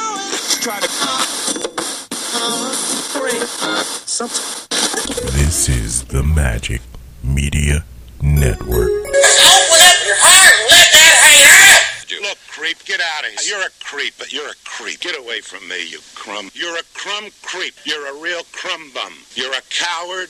try to break something. This is the Magic Media Network. Open up your heart and let that hate out. Look, creep, get out of here. You're a creep. You're a creep. Get away from me, you crumb. You're a crumb creep. You're a real crumb bum. You're a coward.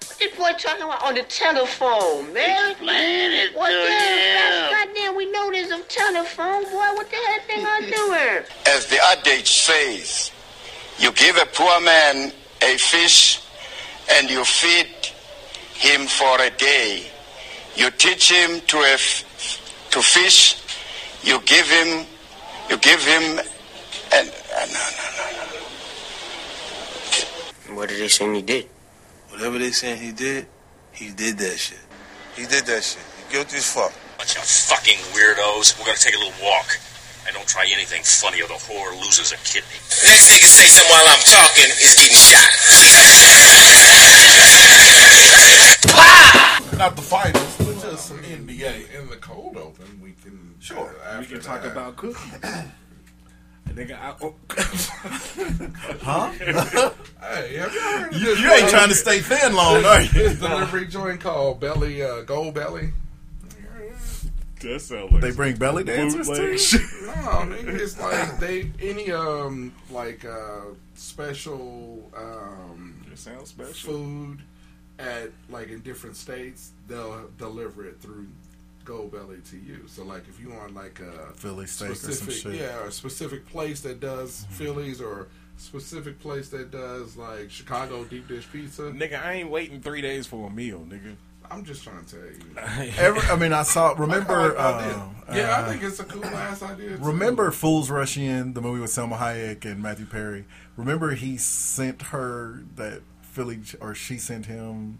What this boy talking about on the telephone, man? Explain it What to the him. hell? God- Goddamn, we know there's a telephone, boy. What the hell thing I doing? As the adage says, you give a poor man a fish and you feed him for a day. You teach him to, a f- to fish, you give him, you give him, and, and no, no, no. What did they say you did? Whatever they saying he did, he did that shit. He did that shit. He guilty as fuck. Bunch of fucking weirdos. We're gonna take a little walk. And don't try anything funny or the whore loses a kidney. Next thing you say to while I'm talking is getting shot. Not the finals, but just some NBA. In the cold open, we can. Sure, after we can that. talk about cookies. Nigga, I, oh, Hey, have you heard of You, this you ain't guy? trying to stay thin long, are you? This delivery joint called Belly uh, Gold Belly. that sound like They bring belly dancers bootleg too. No, nigga, it's like they any um like uh special um It sounds special. food at like in different states, they'll deliver it through Gold Belly to you. So like if you want like a Philly steak or some shit. Mm-hmm. yeah, a specific place that does Phillies or specific place that does like Chicago deep dish pizza. Nigga, I ain't waiting three days for a meal, nigga. I'm just trying to tell you. Every, I mean, I saw. I Remember, like the idea. uh, yeah, I uh, think it's a cool ass idea. too. Remember Fools Rush In, the movie with Selma Hayek and Matthew Perry. Remember he sent her that Philly, or she sent him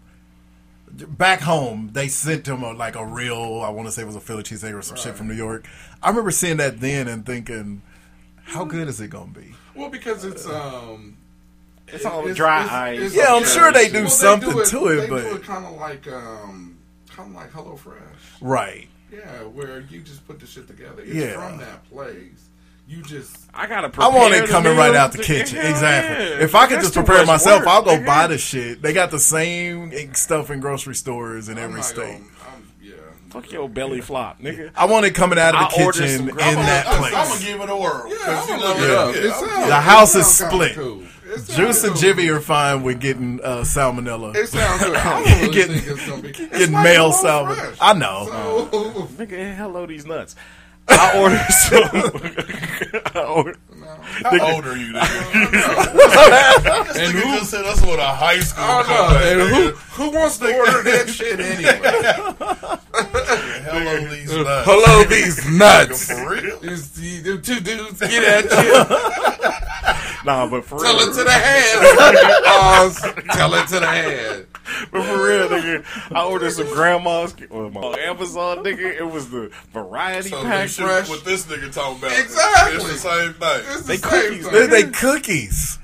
back home. They sent him a, like a real, I want to say it was a Philly cheesesteak or some shit from New York. I remember seeing that then and thinking, how good is it gonna be? Well, because it's um, It's all dry ice. Yeah, I'm sure they do something to it, they but- do it kind of like um, kind of like HelloFresh. Right. Yeah, where you just put the shit together. It's Yeah. from that place. You just I gotta prepare. I want it the coming meal right out the to- kitchen. Hell exactly. yeah. If I could That's just too prepare much myself, work, I'll go nigga. buy the shit. They got the same stuff in grocery stores Oh in I'm every not state. gonna- I'm- yeah. Fuck your belly flop, nigga. I want it coming out of the I ordered kitchen some in grub- that I'm place. gonna give it a whirl. Yeah, I'm gonna know look it it. up. Yeah, It I'm- sounds- the it house sounds is kinda split. cool. It sounds Juice and cool. Jivy are fine with getting uh, salmonella. It sounds good. I don't really Getting- think it's gonna be. It's getting like male HelloFresh. Oh. salmonella. I know. So, Nigga, hello these nuts. I ordered some. I ordered, How old are you? and who just said that's what a high school. I don't know. And who who wants to order that shit anyway? Hello, these nuts. Hello, these nuts. For real? These them two dudes get at you. nah, but for Tell real, it to the hand. Oz, tell it to the hand. but for real, nigga. I ordered some grandma's well, my, on Oh, Amazon, nigga. It was the variety pack. fresh. What this nigga talking about? Exactly. It's the same thing. It's They the cookies, same They, thing. they cookies.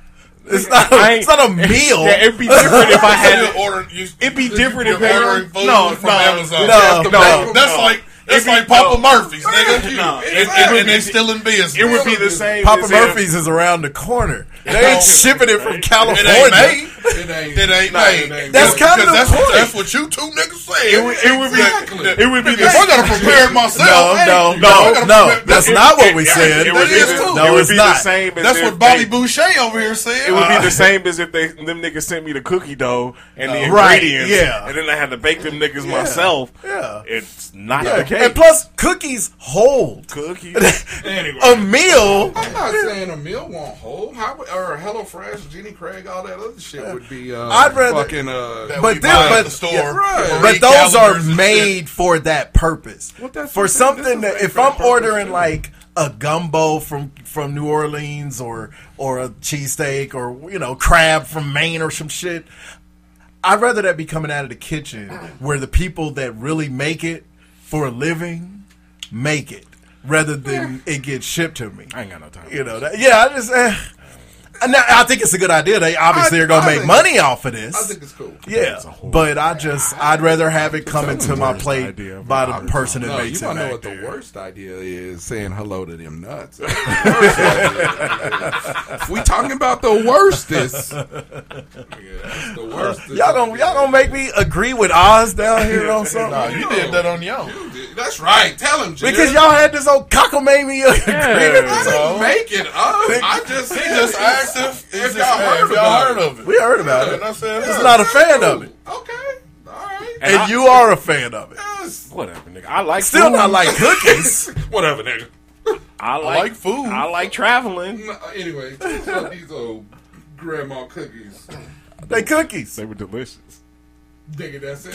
It's not. A, I ain't- it's not a meal. Yeah, it'd be different if I had it. order. You, It'd be different if you're I ordering food no, from no, Amazon. No, That's the no, best. That's no. like- that's It'd be- like Papa Murphy's, Thank you. No, Exactly. they still in business. It would be the same. Papa as if- Murphy's is around the corner. They No. ain't shipping it from It ain't California. It ain't ain't. It ain't. Nah, made. it ain't That's good. kind of the That's- point. that's what you two niggas It would, it would be. It would be. If I gotta prepare myself, hey, if I No, no, no, gotta no. prepare- That's not what we said. That is cool. No, it would be the same. as That's if what Bobby they- Boucher over here said. It would be the same as if they them niggas sent me the cookie dough and the Uh, right, ingredients, yeah. and then I had to bake them niggas myself. Yeah. it's not Yeah. the case. And plus, cookies hold. Cookies. a meal. I'm not saying a meal won't hold. How would- or Hello Fresh, Jenny Craig, all that other shit would be. Uh, I'd rather- fucking. Uh, but then, but, yeah, but those are made for that purpose. Well, that's what for I'm saying. This something is that made if for that I'm purpose, ordering too. like a gumbo from from New Orleans or or a cheesesteak or you know crab from Maine or some shit, I'd rather that be coming out of the kitchen where the people that really make it for a living make it rather than it gets shipped to me. I ain't got no time. You know that? Yeah, I just. Eh. Now, I think it's a good idea. They obviously I- are gonna I make think- money off of this. I think it's cool. Yeah, but I just I'd rather have it coming to my plate by the person that No, makes it. you wanna know back what the there. worst idea is? Saying hello to them nuts. That's the worst idea. if we talking about the worstest, Uh, yeah, that's the worstest. Y'all gonna y'all gonna make me agree with Oz down here on something? Nah, you did that on your own. That's right. Tell him, Jim. Because y'all had this old cockamamie agreement. I didn't make it up. I just He just asked if, if y'all, heard, of y'all it. heard of it. We heard about it. And I said, He's huh. not a fan of it. And, I- you are a fan of it. Whatever, nigga. I like Still food. not like cookies. Whatever, nigga. I like, like food. I like traveling. No, uh, anyway, fuck these old grandma cookies. they cookies. They were delicious. Nigga, that's it.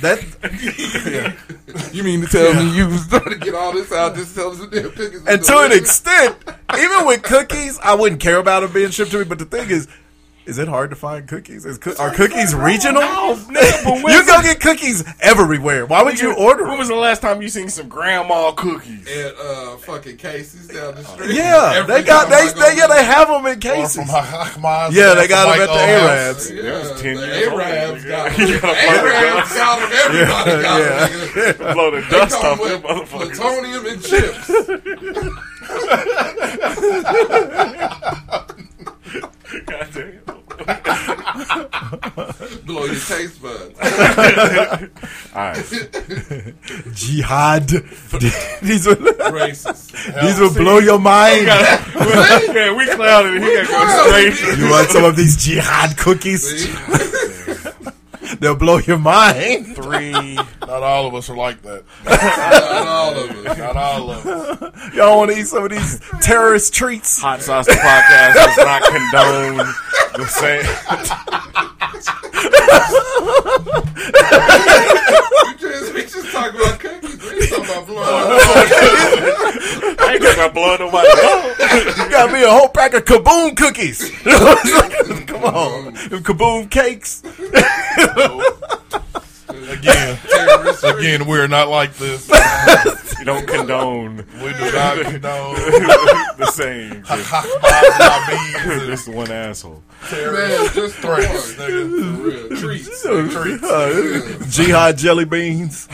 That You mean to tell me you was trying to get all this out? Just tell us the damn cookies. And to an extent, even with cookies, I wouldn't care about them being shipped to me. But the thing is, is it hard to find cookies? Is coo- are cookies regional? you go get cookies everywhere. Why would you order? When them? was the last time you seen some grandma cookies? At uh, fucking Casey's down the street. Yeah, Every they got time I they, go they yeah they have them in Or cases. from Ahmad. Yeah, they got 'em at the Arabs. Yeah, That was 10 the years old, Arabs nigga. got You them. gotta Arabs got them. Everybody Yeah, got them. yeah. nigga. Blow the They dust come off with them motherfuckers. Plutonium and chips. Goddamn. Blow your taste buds. All right. Jihad. these will Racist. these will blow your mind. yeah, we clouded. He got to go straight. You want some of these jihad cookies? They'll blow your mind. Three. Not all of us are like that. Not all of us. Not all of us. Y'all want to eat some of these terrorist treats? Hot Sauce the Podcast does not condone the same. We just, we just talk about cookies. We ain't talking about blood. I ain't got blood on my dog. You got me a whole pack of kaboom cookies. Come on, them kaboom cakes. Again, Terrorist again, we're not like this. You don't condone We do not condone the same. Just Ahmad this one asshole. Man, just threats, threats. nigga. Real treats. Uh, jihad jelly beans.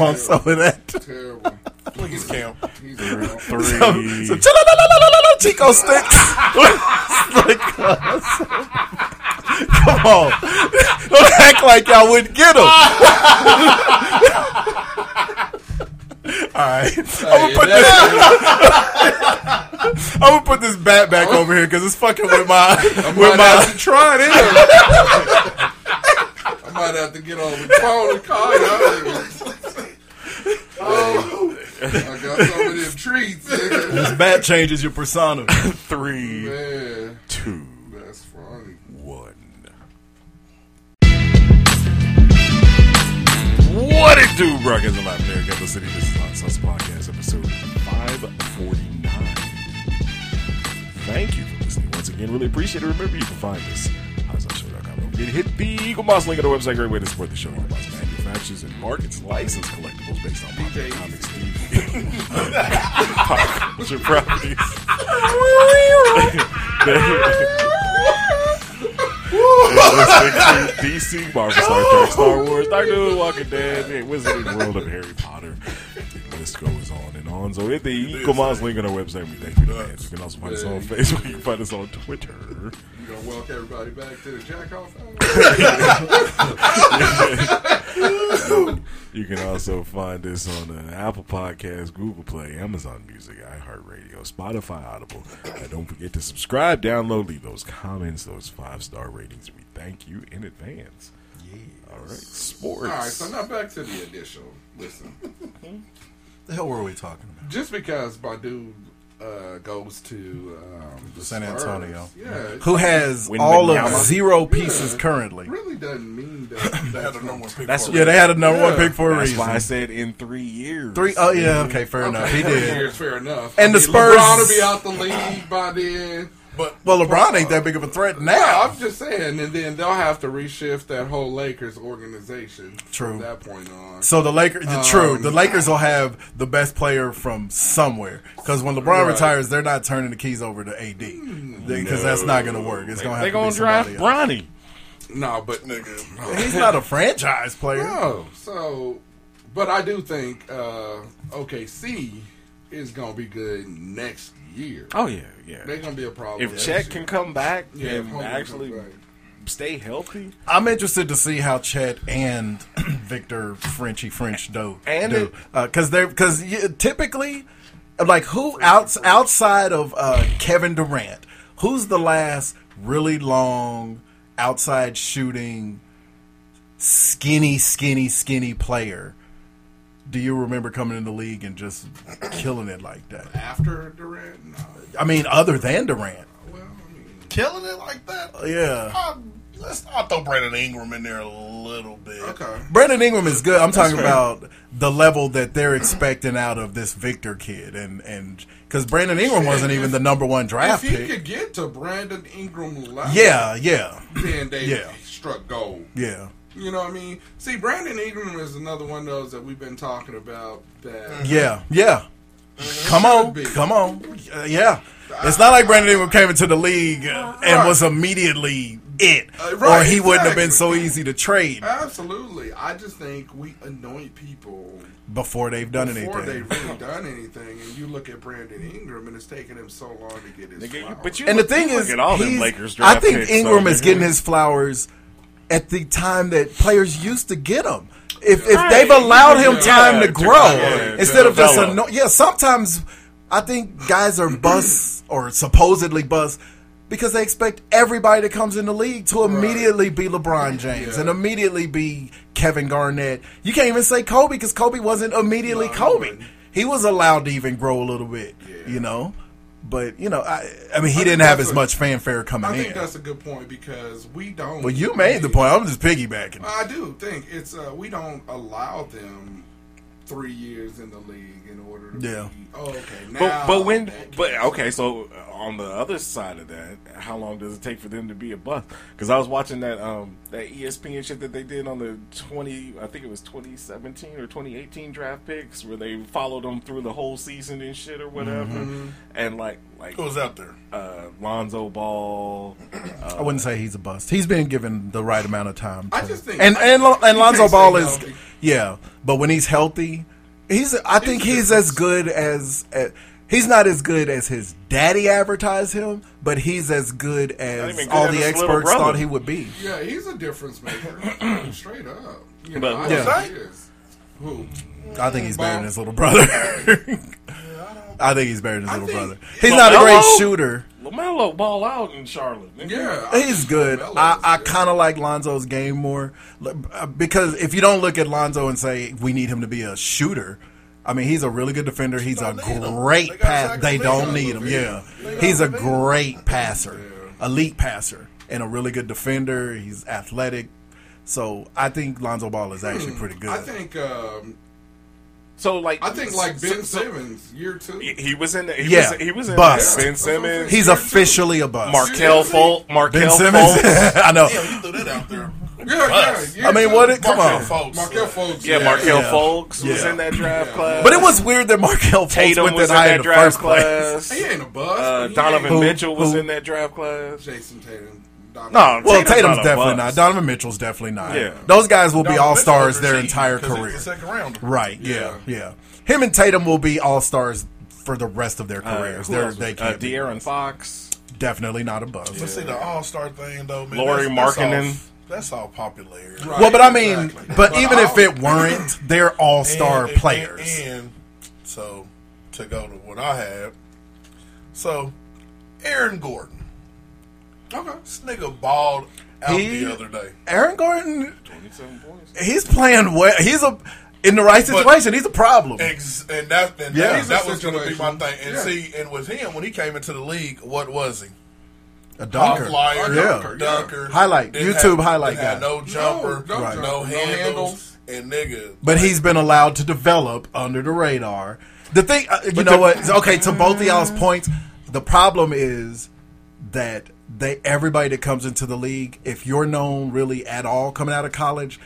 on some of that. Terrible. Please, Cam. He's a real- Three. Some, some chalalalala Chico sticks. Like, uh, come on. Don't act like y'all wouldn't get them. All right. I'm gonna put this. I'm gonna put this bat back over here because it's fucking with my with might have my. to try it in. I might have to get on the phone and call you. Oh, I got some of them treats. nigga. This bat changes your persona. Three. Man, Two. that's funny. One. What it do, Brockers and Latin America, the city. This is Hot Sauce Podcast, episode 549. Thank you for listening once again. Really appreciate it. Remember, you can find us on HotSauceShow.com. Don't forget to hit the Eagle Moss link on our website. Great way to support the show. Eagle Moss manufactures and markets licensed collectibles based on popular comics, TV, culture properties. Those include DC, Marvel, Star Trek, Star Wars, Doctor Who, Walking Dead, the Wizarding World of Harry Potter, list goes on and on. So hit the Ecomoz link on our website. We thank you in advance. You can also find us on Facebook. You can find us on Twitter. You gonna walk everybody back to the jack off you can also find us on uh, Apple Podcasts, Google Play, Amazon Music, iHeartRadio, Spotify, Audible. Uh, don't forget to subscribe, download, leave those comments, those five star ratings. We thank you in advance. Yeah. All right. Sports. All right, so now back to the initial. Listen, the hell were we talking about? just because Badu uh, goes to um, the San Spurs, Antonio. yeah, Who has Win- all of Wembanyama. zero Yeah, pieces currently. Really doesn't mean that they had a number one pick. That's- yeah, they had a number one Yeah. pick for a That's reason. why I said in three years. Three- oh, yeah, okay, fair Okay, enough. He three did. years, fair enough. And the I mean, Spurs- LeBron will be out the league by then. But Well, LeBron ain't that big of a threat now. No, I'm just saying, and then they'll have to reshift that whole Lakers organization. True. From that point on. So the Lakers, Um, true, the Lakers will have the best player from somewhere because when LeBron Right. retires, they're not turning the keys over to AD because that's not going to work. It's going to have They to be gonna draft somebody else. Bronny. No, but He's not a franchise player. No. So, but I do think uh, OKC is going to be good next year. Oh, yeah, yeah. They're going to be a problem. If next Chet year. can come back Yeah, if and Hogan actually comes back. stay healthy, I'm interested to see how Chet and Victor Frenchy French do And do it- because they're because typically like who outs, outside of uh, Kevin Durant, who's the last really long outside shooting skinny skinny skinny player? Do you remember coming in the league and just killing it like that? after Durant, no. I mean, other than Durant, Killing it like that? Uh, Yeah. I'll- let's, I'll throw Brandon Ingram in there a little bit. Okay. Brandon Ingram is good. I'm talking fair. about the level that they're expecting out of this Victor kid, and and because Brandon Ingram wasn't even the number one draft if you pick. could get to Brandon Ingram level, Yeah, yeah. then they Yeah. struck gold. Yeah, You know what I mean? See, Brandon Ingram is another one of those that we've been talking about. That yeah, yeah. Mm-hmm. Come on, come on. Uh, yeah, it's not like Brandon Ingram came into the league uh, and was immediately it, Uh, or right, he wouldn't have been so exactly. Uh, easy to trade Absolutely. I just think we anoint people before they've done before anything. they've really done anything. And you look at Brandon Ingram, and it's taking him so long to get his. Nigga, you- flowers. but you and the thing look is, at all them he's- Lakers I draft think picks, Ingram so- is getting his flowers at the time that players used to get them. If, if Right. they've allowed him Yeah, time to to grow grow, instead to of just develop. anno- yeah. Sometimes I think guys are busts or supposedly busts because they expect everybody that comes in the league to immediately be LeBron James and immediately be Kevin Garnett. You can't even say Kobe because Kobe wasn't immediately Kobe. He was allowed to even grow a little bit, you know. But you know, I, I mean, he I think didn't have that's as a- much fanfare coming I in. think that's a good point because we don't. Well, you made the point. I'm just piggybacking. I do think it's uh, we don't allow them three years in the league in order to. Yeah. Be, oh, okay. Now, but but when but okay, so uh, on the other side of that, how long does it take for them to be a bust? Because I was watching that um that ESPN shit that they did on the twenty, I think it was twenty seventeen or twenty eighteen draft picks, where they followed them through the whole season and shit or whatever, Mm-hmm. Mhm. and like like Who was out there? Uh, Lonzo Ball. Uh, I wouldn't say he's a bust. He's been given the right amount of time. I to- just think- and I- and, Lo- you and Lonzo can't say Ball is healthy. yeah, but when he's healthy, he's I think he's as good as, as he's not as good as his daddy advertised him, but he's as good as even good all as the his little experts brother. thought he would be. yeah, he's a difference maker, straight up. You know, But- I Yeah. think he is. Who? I think he's better than his Ball? little brother. I think he's better than his little brother. He's not a great LaMelo? shooter. Lamelo ball out in Charlotte. Nigga. Yeah, He's good. I, I kind of like Lonzo's game more L- uh, because if you don't look at Lonzo and say we need him to be a shooter, I mean he's a really good defender. He's a great pass. They don't need him. Yeah, he's a great passer, elite passer, and a really good defender. He's athletic, so I think Lonzo Ball is actually pretty good. Hmm. I think. Um, so like I think like so- Ben so- Simmons, year two. He was in. The, he yeah, was, he was in. bust. Ben Simmons. He's officially a bust. Markel Fol- Markel Ben Simmons. Fultz. I know. Yeah, you threw that out there. Bust. I mean, what? It, come on. Markel Fultz. Yeah, Markel Yeah. Folks was Yeah. in that draft class. But it was weird that Markel Fultz Tatum went was that in high that in the draft first class. place. He ain't a bust. Uh, He Donovan ain't- Mitchell was in that draft class. Jason Tatum. Donovan. No, well, Tatum's, definitely not. Donovan Mitchell's definitely not. Yeah. Those guys will be Donovan all stars Mitchell their overseas entire 'cause he's career. the second rounder. Right. Yeah, yeah. Him and Tatum will be all stars for the rest of their Uh, careers. who They're, else was they it? can't. Uh, be- De'Aaron Fox. Definitely not above. But see, the All Star thing though, man. Laurie that's, that's Markkanen. all- That's all popularity. Well, but I mean, but even if it weren't, they're all star And- and- players. And, so to go to what I have, so Aaron Gordon. Okay, this nigga balled out He- the other day. Aaron Gordon, he's playing well. He's a in the right situation. he's a problem. Ex- and that, and Yeah. that- He's a that, was going to be my thing. And Yeah. see, and with him when he came into the league, what was he? A dunker. Uh, Top flyer, yeah. dunker, dunker. Highlight. Didn't YouTube have- highlight didn't have guy. No jumper, No, no, no jumper, no handles, and nigga. But he's been allowed to develop under the radar. The thing, uh, you But know the- what? Okay, to both of y'all's points, the problem is that they everybody that comes into the league, if you're known really at all coming out of college,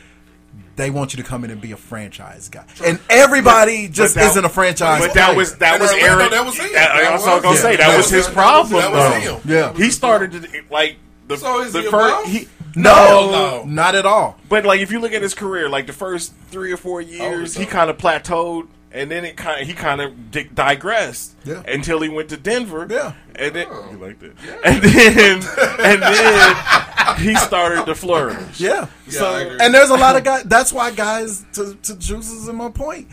they want you to come in and be a franchise guy, and everybody But just that- isn't a franchise. But that player. was that was Aaron. That was I was gonna Yeah. say that, was, his problem. That was though. him. Yeah. he started to, like the So is the he first. above? He, No, not at all. But like, if you look at his career, like the first three or four years, he kind of plateaued, and then it kind of he kind of di- digressed Yeah. until he went to Denver. Yeah, and then you like that, and then and then he started to flourish. Yeah. So- I agree. and there's a lot of guys. That's why guys to to juices in my point.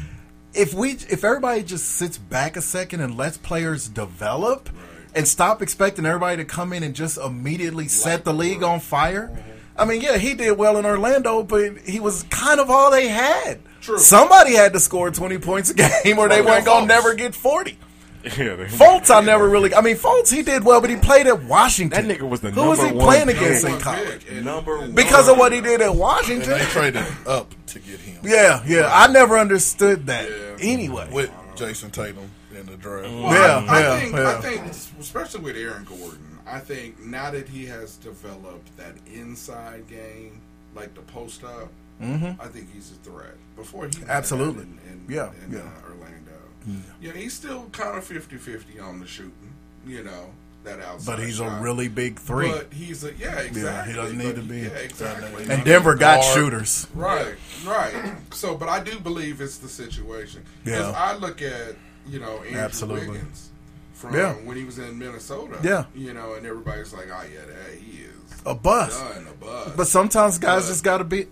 If we if everybody just sits back a second and lets players develop and stop expecting everybody to come in and just immediately set the league on fire. Mm-hmm. I mean, yeah, he did well in Orlando, but he was kind of all they had. True. Somebody had to score 20 points a game or they Well, weren't Paul going to never get 40. Yeah, they- Fultz, I never really. I mean, Fultz, he did well, but he played at Washington. That nigga was the Who was he number one playing pick. against in college? number one. Because of what he did at And Washington. they traded up to get him. Yeah, yeah. I never understood that. Anyway, with Jason Tatum in the draft. Well, Yeah, I yeah, think, yeah. I think, especially with Aaron Gordon, I think now that he has developed that inside game, like the post up, Mhm. I think he's a threat. Before he had that Absolutely. in, in, Yeah, in, yeah. Mm. Uh, Orlando, Yeah. yeah, he's still kind of 50-50 on the shooting. You know that outside, But he's a shot. really big three. But he's a yeah, Yeah, he exactly. doesn't need But to he- be. Yeah, exactly. And Denver got shooters. Right, right. So, but I do believe it's the situation. Because Yeah. I look at, you know, Andrew Absolutely. Wiggins from Yeah. when he was in Minnesota. Yeah. You know, and everybody's like, oh, yeah, that, he is. a bust. Done, a bust. But sometimes guys But- just got to be.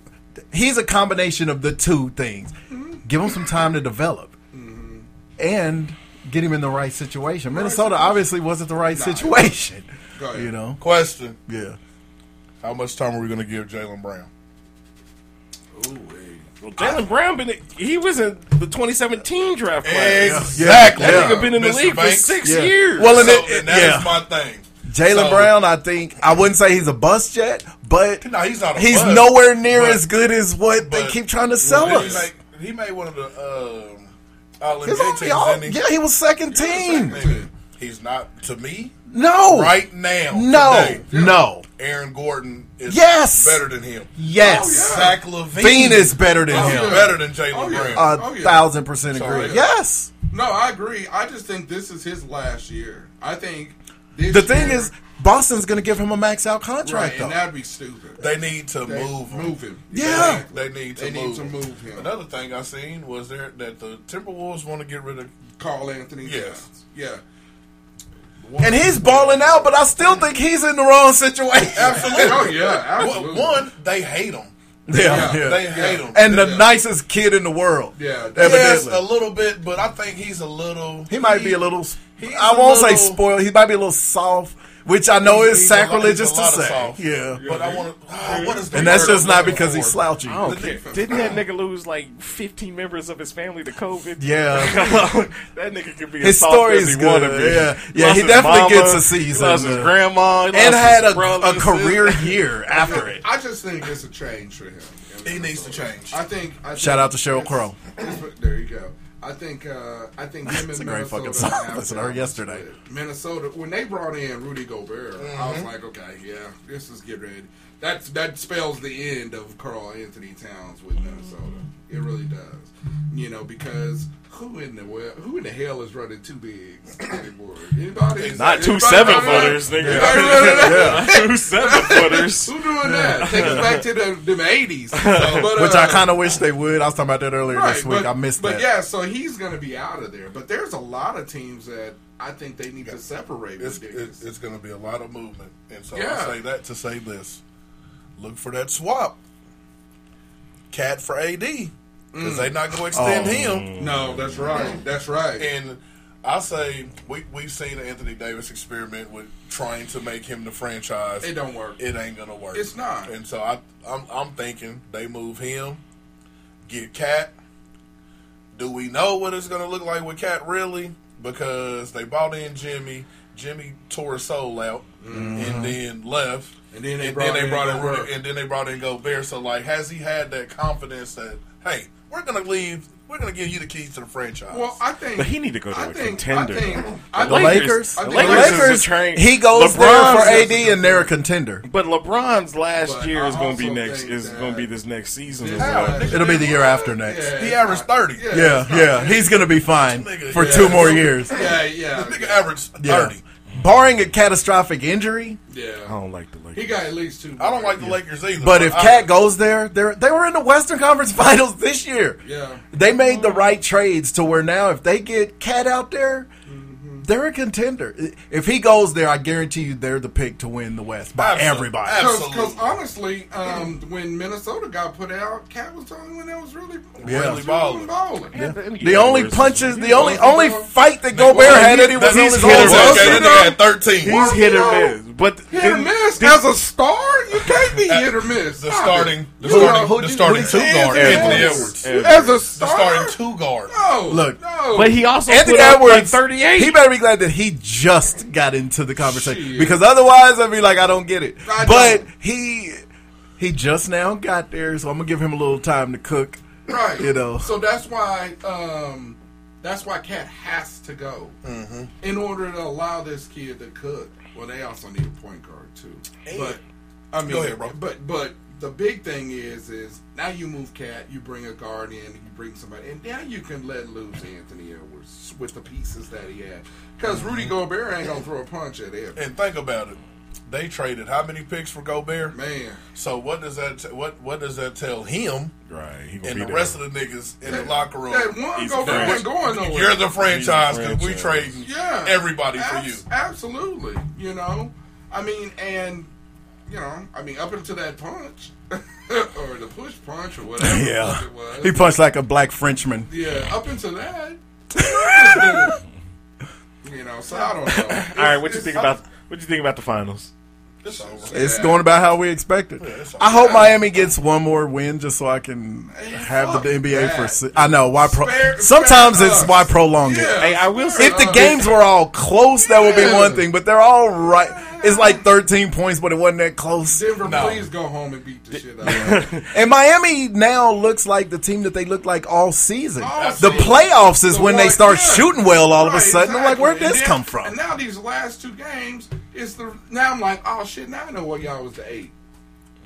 He's a combination of the two things. Give him some time to develop, and get him in the right situation. Minnesota obviously wasn't the right situation. Go ahead. You know. Question. Yeah. How much time are we going to give Jalen Brown? Well, Jalen Brown been he was in the 2017 draft class. Exactly. That nigga been in the Mr. league Banks. for six Yeah. years. Well, and So it- then it- that yeah. is my thing. Jalen So- Brown, I think I wouldn't say he's a bust yet, but he's not a he's bust, nowhere near but- as good as what they keep trying to sell Didn't us. He made, he made one of the um, all He's NBA only teams. all- didn't he? yeah, he was second team. Nigga, He's not to me. No. right now. No. today, No. Aaron Gordon is Yes. better than him. Yes. Oh, yeah. Zach Levine Bean is better than him. Better than Jalen Brown. A Oh, yeah. thousand percent So, agree. yeah. Yes. No, I agree. I just think this is his last year. I think this The thing year- is, Boston's going to give him a max out right, contract and though. that'd be stupid. They need to They move him. move him. Yeah. They need to They need move to him. move him. Another thing I seen was there that the Timberwolves want to get rid of Carl Anthony Yeah. Towns. Yeah. And he's balling out, but I still think he's in the wrong situation. Absolutely. Oh, yeah, absolutely. One, they hate him. Yeah, Yeah, yeah. they hate him. And the Yeah. nicest kid in the world. Yeah, Yes, evidently. a little bit, but I think he's a little. He might be a little. he's I a won't say little- spoiled. He might be a little soft, which I know He's- is he's a lot- sacrilegious he's a lot to of say. soft. Yeah, But I want to. what is the and that's word I'm just not looking because he's for? slouchy. I don't care. Didn't that nigga lose like 15 members of his family to COVID? Yeah. that nigga could be His as soft story as is he wanna good, be. yeah. He Yeah, lost he his definitely mama, gets a season, He lost his uh, grandma he and lost had his a, brother, a his career sister. year after it. I just think it's a change for him. He needs to change. I think. I Shout think out to Sheryl it's- Crow. it's- There you go. I think. Uh, I think him It's and a great Minnesota fucking song. have Listen to to- her yesterday. Minnesota when they brought in Rudy Gobert, I was Mhm. like, okay, yeah, this is getting ready. That that spells the end of Carl Anthony Towns with Minnesota. It really does. You know, because who in the well, who in the hell is running two bigs anymore? Anybody? Not two Anybody seven running that? footers, nigga. Anybody running that? Yeah. Two seven footers. who doing that? Take us back to the them eighties. but, Which uh, I kind of wish they would. I was talking about that earlier Right, this week. but- I missed but that. yeah, so he's going to be out of there. But there's a lot of teams that I think they need to separate. It's, with Dick. it, it's going to be a lot of movement. And so Yeah. I say that to say this. Look for that swap. Cat for AD. Because Mm. they not going to extend Oh. him. No, that's right. That's right. And I say we, we've seen Anthony Davis experiment with trying to make him the franchise. It don't work. It ain't going to work. It's not. And so I, I'm, I'm thinking they move him, get Cat. Do we know what it's going to look like with Cat really? Because they bought in Jimmy. Jimmy tore his soul out and then left. Mm-hmm. And then they and brought then they in brought in Gobert. Rudy, and then they brought in Gobert. So like, has he had that confidence that hey, we're gonna leave, we're gonna give you the keys to the franchise? Well, I think But he need to go to I a think- contender. I think- The I The think- Lakers, the the Lakers, is a Lakers, train. he goes there LeBron's- for AD, and they're a contender. But LeBron's last But year I is going to be also next. think Is going to be this next season. as Yeah. well. It'll be the year after next. he averaged thirty. Yeah, yeah, he's gonna be fine for two more years. Yeah, yeah. This nigga averaged Yeah. thirty. barring a catastrophic injury. Yeah, I don't like the Lakers. He got at least two. I don't like the Lakers either. But if I- Cat goes there, they they were in the Western Conference Finals this year. Yeah. They made the right trades to where now if they get Cat out there, they're a contender. I- If he goes there, I guarantee you they're the pick to win the West by Absol- everybody. Because honestly, um, when Minnesota got put out, Cat was the only one that was really, Yeah. really balling. Yeah. The only punches, the only only fight that Gobert Well, had he- that he was that's on his his hit own or miss. was, Okay, you nigga know? had 13. He's hit or miss. But Hit or miss as a star, you can't be hit or miss. The Stop starting, it. the You know, starting, the you- starting what two is guard, it? Anthony Yes. Edwards. As a the starting two guard. No, Look, no. Anthony Edwards, He better be glad that he just got into the conversation because otherwise, I'd be like, I don't get it. I but he he just now got there, so I'm gonna give him a little time to cook. Right. You know. So that's why um that's why Cat has to go Mm-hmm. in order to allow this kid to cook. Well, they also need a point guard too. But I mean, Go ahead, bro. but but the big thing is is now you move Cat, you bring a guard in, you bring somebody, and now you can let loose Anthony Edwards with the pieces that he had. Because Mm-hmm. Rudy Gobert ain't gonna throw a punch at him. And think about it. They traded how many picks for Gobert? Man. So what does that t- what what does that tell him? Right. He gonna and be the there. rest of the niggas in the locker room. that one He's Gobert franchise. ain't going nowhere. Oh, You're the He's a franchise because we franchise. trading Yeah. everybody for you. Abs- Absolutely. You know, I mean, and you know, I mean, up until that punch or the push punch or whatever the fuck Yeah, it was. he punched like a black Frenchman. Yeah, up until that. you know, so I don't know. All right, what you It's- think it's- about what you think about the finals? It's over. It's going about how we expected. I hope Miami gets one more win just so I can have the NBA for. si- I know why. Pro- sometimes it's why prolong it. Hey, I will say uh, If the games were all close, that would be one thing. But they're all right. It's like 13 points, but it wasn't that close. Denver, please go home and beat the shit out of them. And Miami now looks like the team that they look like all season. All the season. playoffs is The when they one- start yeah. shooting well. All of a Right, sudden, I'm like, exactly. where'd And this then- come from? And now these last two games, it's the now I'm like, oh shit, now I know why y'all was the eight.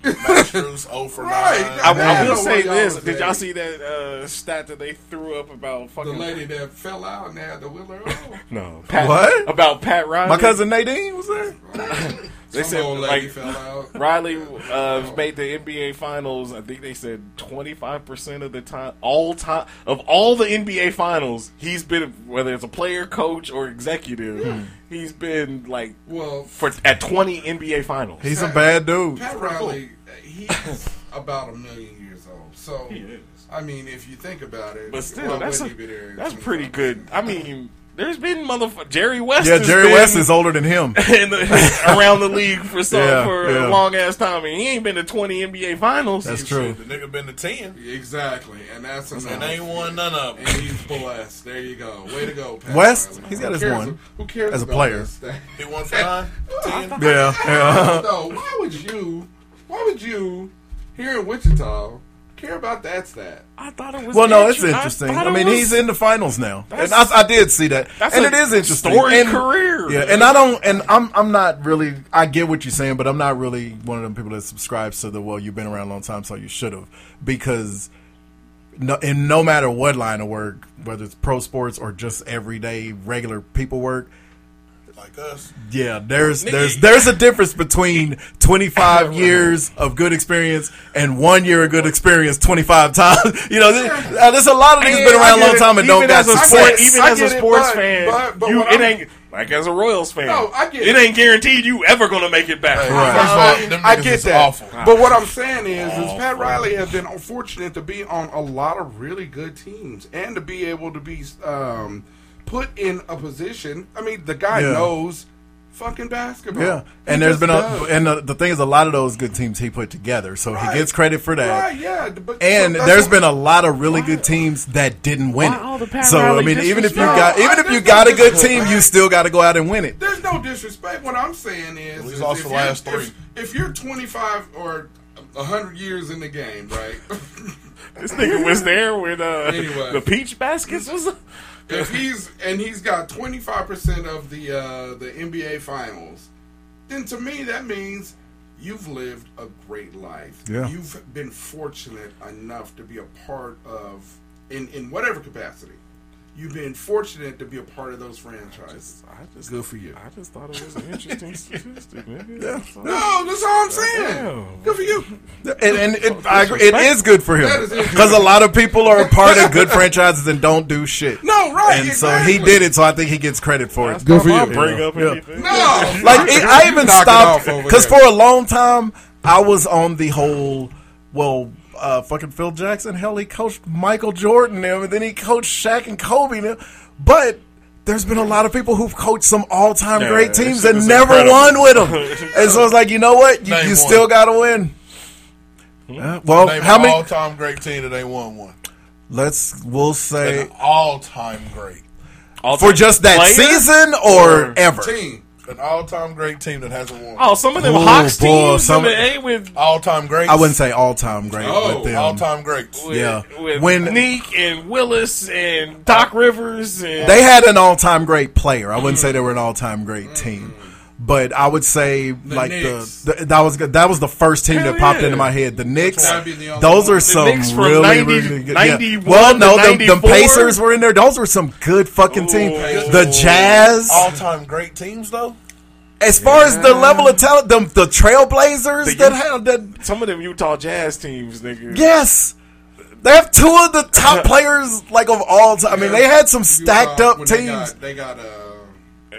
Cruz 0 for Right. 9. I, I Man, will what say y'all this: was Did y'all at. see that uh, stat that they threw up about The fucking lady that fell out and had the Willer. Oh. No, Pat, What? about Pat Riley? My cousin Nadine was there. They Some said old lady like fell out. Riley uh, made the NBA Finals. I think they said twenty five percent of the time, all time of all the NBA Finals, he's been whether it's a player, coach, or executive, he's been like Well, for at twenty NBA Finals. He's a bad dude. Pat Riley, he's about a million years old. So, I mean, if you think about it, But still, why that's a, wouldn't he be there? that's pretty good. I mean, there's been motherfucker Jerry West. Yeah, has Jerry been West is older than him. in the, around the league for some Yeah, for yeah. a long ass time, and he ain't been to 20 NBA Finals. That's true. The nigga been to 10. Exactly, and that's enough. And they ain't won none of And he's blessed. There you go. Way to go, Pat West, Riley. he's got Who his cares- one Who cares as a about player. this thing? He won for 9. 10. Yeah, yeah. no, why would you? Why would you here in Wichita care about that stat? I thought it was. Well, no, it's injured. interesting. thought I, it mean, was- he's in the finals now, and That's- I, I did see that, that's and a it is interesting. storied and, career, yeah. man. And I don't, and I'm, I'm not really. I get what you're saying, but I'm not really one of them people that subscribes to the well. You've been around a long time, so you should have, because no, and no matter what line of work, whether it's pro sports or just everyday regular people work, like us. yeah, there's there's there's a difference between 25 years of good experience and one year of good experience 25 times. You know, there- uh, there's a lot of niggas been around a long time and don't even got as a sport, success. even I as a get it, sports but- fan, but- but you, what it I'm- ain't like as a Royals fan. No, I get it. it. ain't guaranteed you ever gonna make it back. I- I get that. But what I'm saying is, is Awful. Pat Riley has been fortunate to be on a lot of really good teams and to be able to be um, put in a position. I mean, the guy Yeah. knows fucking basketball. Yeah, He and there's just been a, does. and the, the thing is, a lot of those good teams he put together, so he gets credit for that. Right, yeah, but And there's there's been a lot of really good teams that didn't win Why all the it. Pat So I Riley mean, even if you disrespect? got No, even if there's you no got a good disrespect. team, you still got to go out and win it. There's no disrespect. What I'm saying is, least is lost if the you- last if- three. If, you're 25 or 100 years in the game, right? this nigga was there when uh, Anyway. the peach baskets was. if he's and he's got 25 percent of the uh, the NBA Finals, then to me that means you've lived a great life. Yeah. You've been fortunate enough to be a part of in in whatever capacity. You've been fortunate to be a part of those franchises. I just, Good for you. I just thought it was an interesting statistic, nigga. No, that's all I'm saying. Damn. Good for you. And, and it, I agree, it is good for him because a lot of people are a part of good franchises and don't do shit. No, right, And so he exactly. did it, so I think he gets credit for it. Good for you. Bring up Yeah. anything. No, like it, I even Knock it stopped off over because there. for a long time I was on the whole. Well, uh, fucking Phil Jackson. Hell, he coached Michael Jordan now, and then he coached Shaq and Kobe now. But there's been a lot of people who've coached some all-time Yeah, great that teams shit and is never incredible. won with them. and so it's like, you know what? You, Name you one. still got to win. Uh, well, Name how an many? all-time great team that ain't won one? Let's we'll say An all-time great. for just that Player? season or, ever. Team. An all-time great team that hasn't won. Oh, some of them Oh, Hawks boy, teams some- Oh. some, in the A with All-time great. I wouldn't say all-time great, but them. Oh, all-time greats. with, Yeah. with When- Neek and Willis and Doc Rivers and They had an all time great player. I wouldn't say they were an all time great Mm-hmm. team. But I would say like Knicks. the, the that was that was the first team Hell that popped yeah. into my head. The Knicks, That'd be the only those one. are The some Knicks from really 90 really good. 91 Well, to no, the, the 94. Pacers were in there. Those were some good fucking teams. Ooh. The Jazz, All-time great teams though. as far as the level of talent, the, the Trailblazers The that youth- had that. some of them Utah Jazz teams, nigga. Yes. They have two of the top players, like of all time. I mean, they had some stacked Utah, up uh, when teams. They got, they got uh,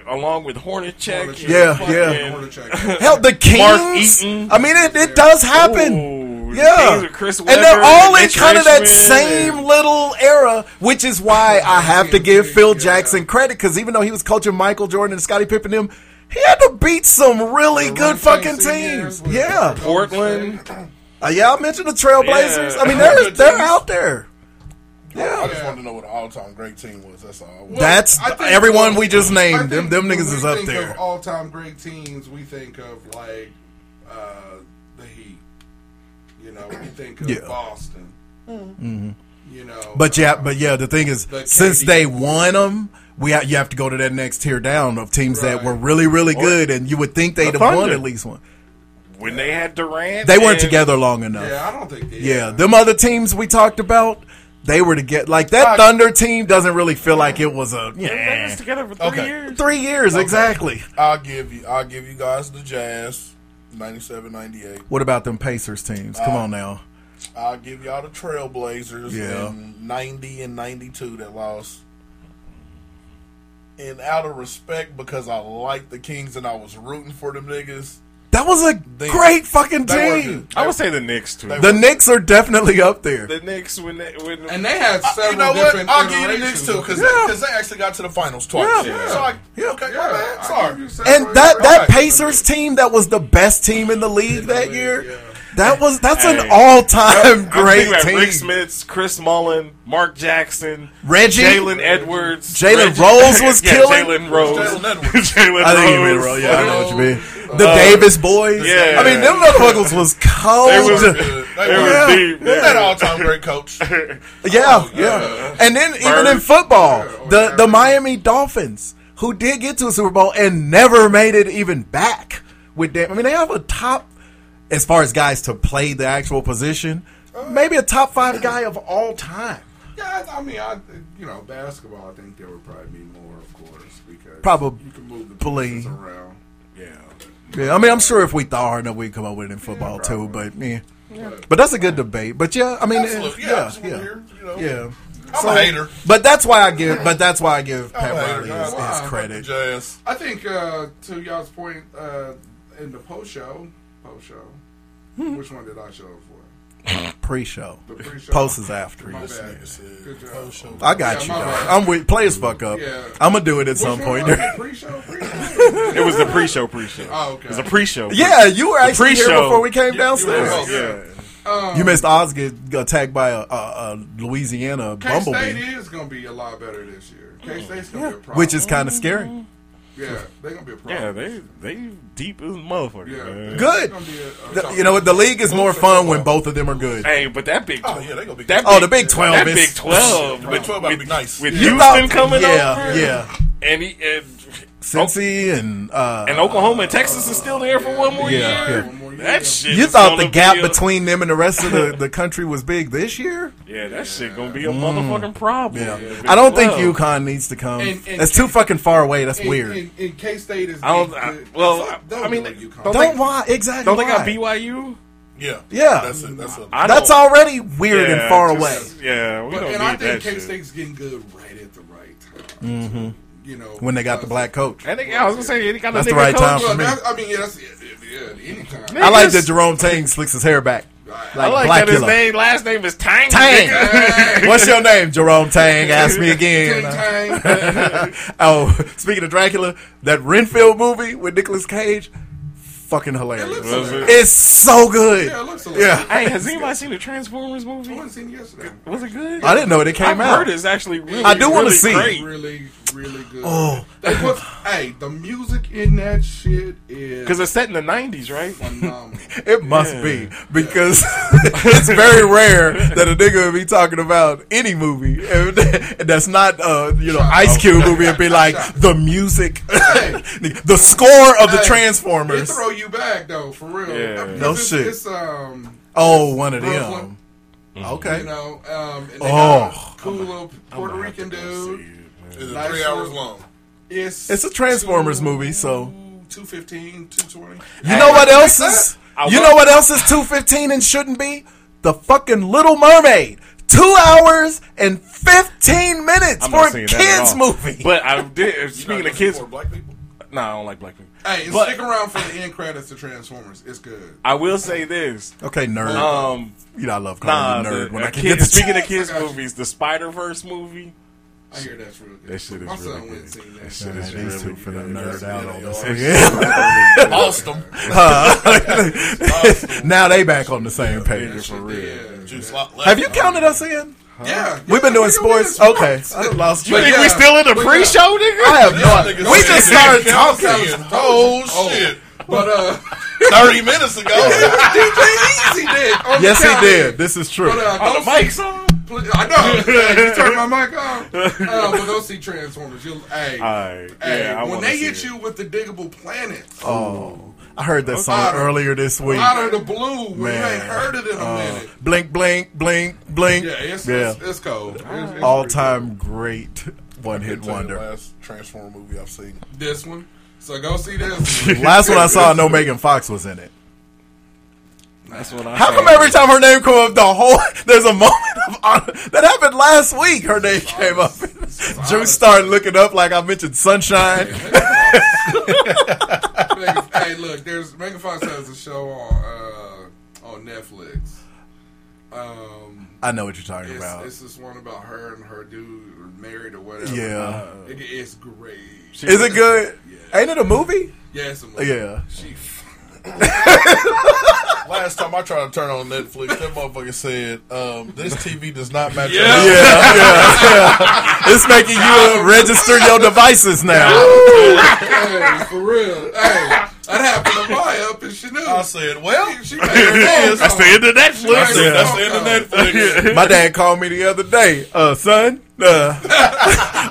Along with Hornacek. and Hornacek. Yeah, fucking- yeah. Hornacek. Hell, the Kings. Mark Eaton. I mean, it, it does happen. Ooh, the yeah, Kings with Chris and Webber they're all and in Mitch kind of that Richmond same and- little era, which is why I have to give Phil Jackson credit because even though he was coaching Michael Jordan and Scottie Pippen, them he had to beat some really good fucking teams. Yeah, Portland. uh, yeah. I mentioned the Trailblazers. Yeah. I mean, they're they're out there. I just wanted to know what an all-time great team was. That's all. I wanted. That's I think everyone so. we just I named. Them think them when niggas we is up think there. Of all-time great teams, we think of like uh, the Heat. You know, we think of Yeah. Mm-hmm. Boston. You know, But yeah, but yeah, the thing is, The since KD. they won them, we ha- you have to go to that next tier down of teams that Right. were really, really good, and you would think they'd The have won Thunder. at least one. When they had Durant. They weren't and- together long enough. yeah, I don't think they. Yeah, them other teams we talked about, they were to get like that Fuck. Thunder team doesn't really feel like it was a They was yeah. together for three Okay. years. Three years exactly. I'll give you. I'll give you guys the Jazz, 97, 98. What about them Pacers teams? Come Uh, on now. I'll give y'all the Trailblazers Yeah. in 90 and 92 that lost. And out of respect, because I liked the Kings and I was rooting for them niggas. That was a they- great fucking they were team. good. I would say the Knicks too. They The Knicks are definitely up there. The Knicks when they when And they had several Uh, You know what? different. I'll give you the Knicks too, because Yeah. they, actually got to the finals twice. Yeah. So I, Yeah. okay, Yeah, my I bad. give Sorry. you several And that different- that Right. Pacers team that was the best team in the league that league, year. yeah. That was that's an Hey. all time I'm great thinking about team. Rick Smiths, Chris Mullen, Mark Jackson, Reggie? Jalen Edwards, Jalen Reggie- Rose was yeah, killing? Jalen Rose, Jalen Edwards. Jalen I think you mean Rose. Ro- yeah, I know what you mean. The Uh, Davis boys. yeah. I mean them motherfuckers was cold. They was They good. They was Yeah. deep. They had all time great coach. Oh, Yeah, yeah, And then even in Bird. football, the the Miami Dolphins, who did get to a Super Bowl and never made it even back with them. I mean, they have a top as far as guys to play the actual position. maybe a top five guy of all time. Yeah, I, I mean, I you know, basketball. I think there would probably be more, of course, because Probably. you can move the pieces around. Yeah. Yeah, I mean, I'm sure if we thought hard enough, we'd come up with it in football too. But yeah. Yeah. but that's a good debate. But yeah, I mean, it- Absolutely, yeah, yeah, that's what yeah, we're- you know. yeah. I'm a hater. but that's why I give. But that's why I give Pat I'm a hater, Riley God, his, why? his credit. Jazz. I think uh, to y'all's point uh, in the post show, post show. Hmm. Which one did I show up for? Pre-show, The pre-show. post is after. My bad. Good job. I got you. Yeah, my dog. bad. I'm with. Play as fuck up. Yeah. I'm gonna do it at Which some one point. was it? Pre-show? Pre-show? It was the pre-show, pre-show. Oh, okay. It was a pre-show. Yeah, you were The actually here pre-show- before we came Yeah, downstairs. you were. Yeah. Um, you missed Oz get attacked by a, a, a Louisiana K State bumblebee, is going to be a lot better this year. Mm. K State's going to be a problem. which is kind of scary. Yeah, they're going to be a problem. Yeah, they they deep as a motherfucker. man. Good. The- you know what? The league is more fun when both of them are good. Hey, but that big. Oh, yeah, they gonna be. That Oh, the Big 12 That is- Big Twelve. Big with- 12 about to be with- nice. With You Houston thought- coming yeah, over. yeah. And he and Cincy and uh, and Oklahoma and Texas is still there for one more yeah, year. yeah. One That shit. you is thought gonna the gap be uh, a- between them and the rest of the, the country was big this year? Yeah, that shit gonna be a Mm. motherfucking problem. Yeah. The Big I don't think 12. UConn needs to come. And- and That's too fucking far away. That's And- weird. And, and K State is. I don't. getting I, good. well, Fuck, I, I mean, let you don't, come. they- Don't why exactly? Don't they got why? BYU? Yeah. Yeah. That's it. That's it. I That's don't- already weird Yeah, and far just- away. Yeah, we But- don't and need I think that K shit. State's getting good right at the right time. hmm You know, When they got the black coach, And they, yeah, I was gonna say they got a That's nigga the right time coach. for me. Well, that- I mean, yeah, that's, yeah, yeah, anytime. I like that Jerome Tang slicks his hair back. Like, I like black that his killer. name, last name is Tang. Tang. What's your name, Jerome Tang? Ask me again. oh, speaking of Dracula, that Renfield movie with Nicolas Cage, fucking hilarious. looks Was hilarious. it? It's so good. Yeah, it looks hilarious. yeah. Hey, has anybody seen the Transformers movie? I seen it yesterday. Was it good? I didn't know it Oh, came I've out. Heard it's actually really. I do wanna really see it. great. Really, really good. Oh. they put, hey, the music in that shit is Because it's set in the nineties, right? phenomenal. It must be because it's very rare that a nigga would be talking about any movie and and that's not uh, you know Ice Cube movie and be like the music, the score of the Hey, Transformers. They throw you back though, for real. Yeah. Because No it's, shit. It's um. Oh, one of Brooklyn. them. Okay. Mm-hmm. You know, um, and Oh. they got a cool little Puerto Rican dude. It's Nice three hours little- long. It's It's a Transformers movie, so two fifteen, two twenty. you know what else is I you will- know what else is two fifteen and shouldn't be the fucking Little Mermaid. Two hours and fifteen minutes I'm for not a seeing kids that at all. movie. But I did. Speaking of kids, For black people. no, I don't like black people. Hey, and But- stick around for the end credits to Transformers. It's good. I will say this. okay, nerd. Um, you know I love nah, calling you nerd the- when a I can kid- get the speaking of kids movies, the Spider Verse movie. I hear that's real good. That shit is My really son went good. and seen That that. shit Yeah, is these two really for the good. nerd That's out really on this awesome. one. Lost them. Uh, now they back on the same page. For real. Juice locked left. Have you counted us in? Yeah, We've been doing sports. Okay, I lost. You think we still in the pre-show, nigga? I have no. Niggas We just said started they talking. counted. Oh, shit. But uh, Thirty minutes ago. DJ Easy did. on the Yes, he counter. did. This is true. But uh, Oh, go the mic's on. Pl- I know. hey, you turned my mic off. Uh, but go see Transformers. You'll, hey, Uh, Alright, hey, yeah, I when wanna they see hit it. you with the diggable planet Oh, I heard that song earlier this week. out of the blue, when you Man. ain't heard it in a Uh, minute. blink, blink, blink, blink. Yeah, it's, it's, it's cold. It's- it's all pretty time great one hit Tell you the wonder. Last Transformer movie I've seen. cold. This one. So go see this. one. Last one I saw, no Megan Fox was in it. That's what I. How said. come every time her name come up, the whole there's a moment of honor that happened last week? Her name came up. Drew started looking up like I mentioned sunshine. Megan- hey, look, there's Megan Fox has a show on uh, on Netflix. Um, I know what you're talking it's, about. it's this one about her and her dude are married or whatever. Yeah. it, it's great. Is it good? Ain't it a movie? Yeah, it's a movie. Yeah. She Last time I tried to turn on Netflix, that motherfucker said, um, "This TV does not match." Yeah. up." Yeah, yeah, yeah. It's making you uh, register your devices now. hey, for real. Hey, that happened to Maya up in Chanel. I said, "Well, she made her That's the end of Netflix. that's, Yeah. that's the end of Netflix." My dad called me the other day. Uh, son, uh,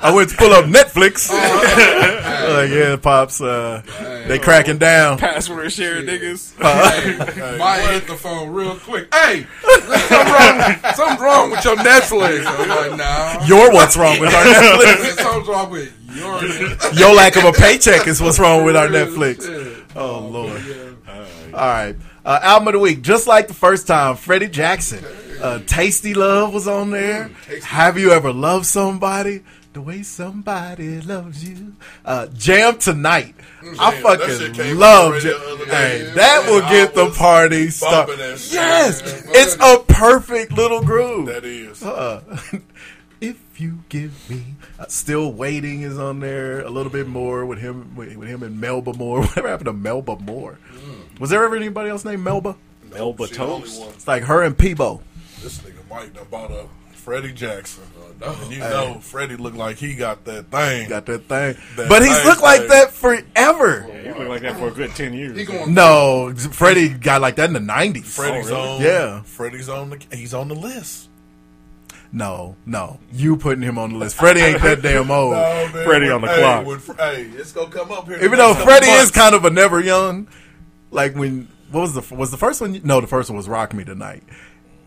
I went to pull up Netflix. like, yeah, pops. Uh, they cracking down. Password sharing niggas. Hey, Maya hit the phone real quick. Hey, something wrong, something wrong with your Netflix. I'm like, nah. Your what's wrong with our Netflix? something's wrong with your Netflix. Your lack of a paycheck is what's wrong with our Netflix. Oh lord. All right. Uh, album of the week, just like the first time, Freddie Jackson. Uh, Tasty Love was on there. Have you ever loved somebody the way somebody loves you? Uh, Jam tonight. I Jam. Mm, That shit fucking came love on the Jam. radio the other Hey, day. that will I get the party started. bumping that shit. Yes, Yeah. it's a perfect little groove. That is. Uh, if you give me, uh, still waiting is on there a little bit more with him with, with him and Melba Moore. Whatever happened to Melba Moore? Mm. Was there ever anybody else named Melba? Melba She the only Toast. one. It's like her and Peebo. This nigga Mike done bought up Freddie Jackson. Oh, And you Hey. know Freddie looked like he got that thing. Got that thing. That but he's thing, looked like thing. that forever. He looked like that for a good 10 years. No, Freddie got like that in the nineties. Oh, Freddie's on. Yeah. Freddie's on the. He's on the list. No, no. You putting him on the list. Freddie ain't that damn old. No, man, when- Oh, hey, when Fre- hey, it's gonna come up here. in Even the though next Freddie month. is kind of a never young, like when what was the was the first one? No, the first one was Rock Me Tonight.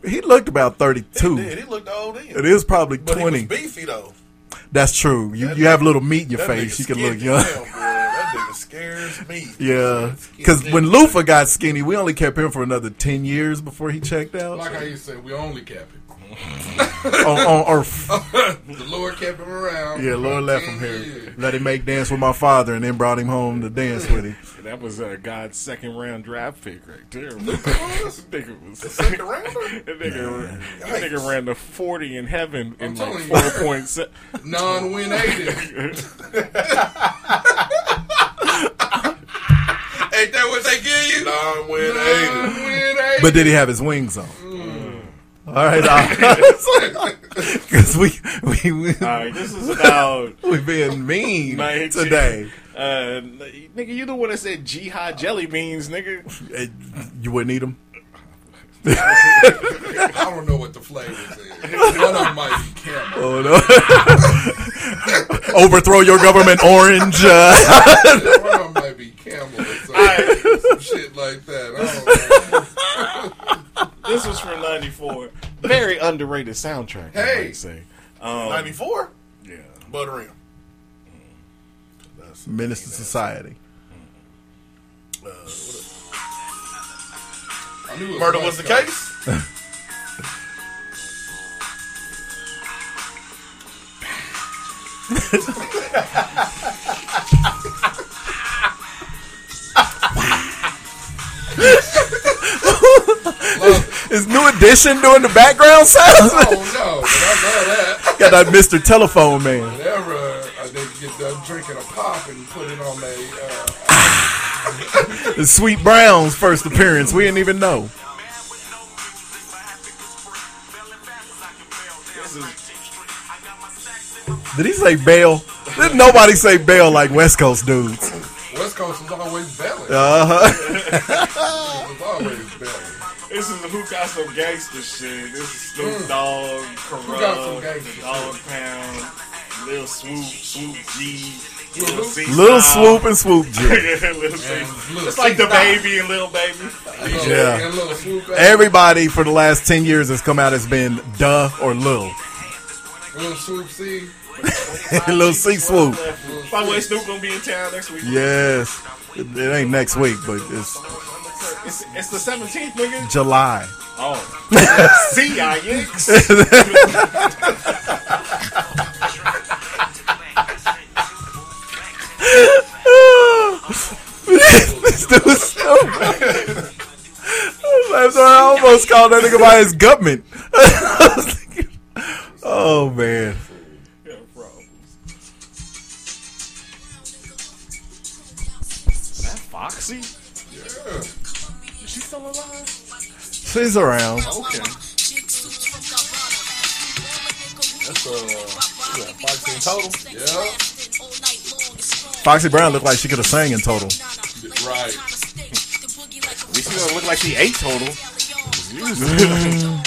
He looked about thirty two. He did. He looked old. In. It is probably But twenty. He was beefy though. That's true. You you have a little meat in your That face. nigga You can look skinny young. as hell, bro. that nigga scares me. Yeah, because when Lufa got skinny, we only kept him for another ten years before he checked out. Like I used to say, we only kept him. on, on Earth. the Lord kept him around. Yeah, Lord left him here. Let him make dance with my father, and then brought him home to dance with him. That was uh, God's second round draft pick right there. that nigga was second round. That nigga, that nigga ran the forty in heaven in like telling you. four points. Non-win native. Ain't that what they give you? Non-win aided. But did he have his wings on? Mm. All right, because we we, we All right, this is about we being mean night today. Uh, nigga, you the one that said jihad jelly beans, nigga. Eh, You wouldn't eat them. I don't know what the flavors is. One of them might be camel. Oh no! Overthrow your government, orange. uh. One of them might be camel or something. Some shit like that. I don't know. This was from '94. Very underrated soundtrack. I Hey. might say. Um, Ninety four. Yeah. Butter him. Menace to society. I knew it Murder was the white guy. case. Is New Edition doing the background sounds? Oh no, but I know that. Got that Mr. Telephone Man. Whenever uh, they get done drinking a pop and put it on a uh, The Sweet Brown's first appearance. We didn't even know. Did he say bail? Did nobody say bail like West Coast dudes? West Coast was always belly. Uh huh. was always belly. This is the Who Got Some Gangster shit. This is Snoop Dogg, Who Got Some Corrupt, Gangsta Dog Pound, Lil Swoop, Swoop G, Lil C. Little Style. swoop and swoop G. Lil C. Lil It's like C the Style. baby and Lil Baby. Yeah. And little swoop ass, Everybody for the last ten years has come out has been duh or lil. little swoop C. lil C swoop. By the way, Snoop gonna be in town next week. Yes. It it ain't next week, but it's It's, it's the 17th, nigga. July. Oh. See ya, yicks. this dude was so bad. I'm sorry, I almost called that nigga by his government. oh man. that Foxy? Yeah. Is she still alive? She's around. Okay. That's uh, yeah, Foxy in total. Yeah, Foxy Brown looked like she could have sang in total. right. At least she don't look like she ate total.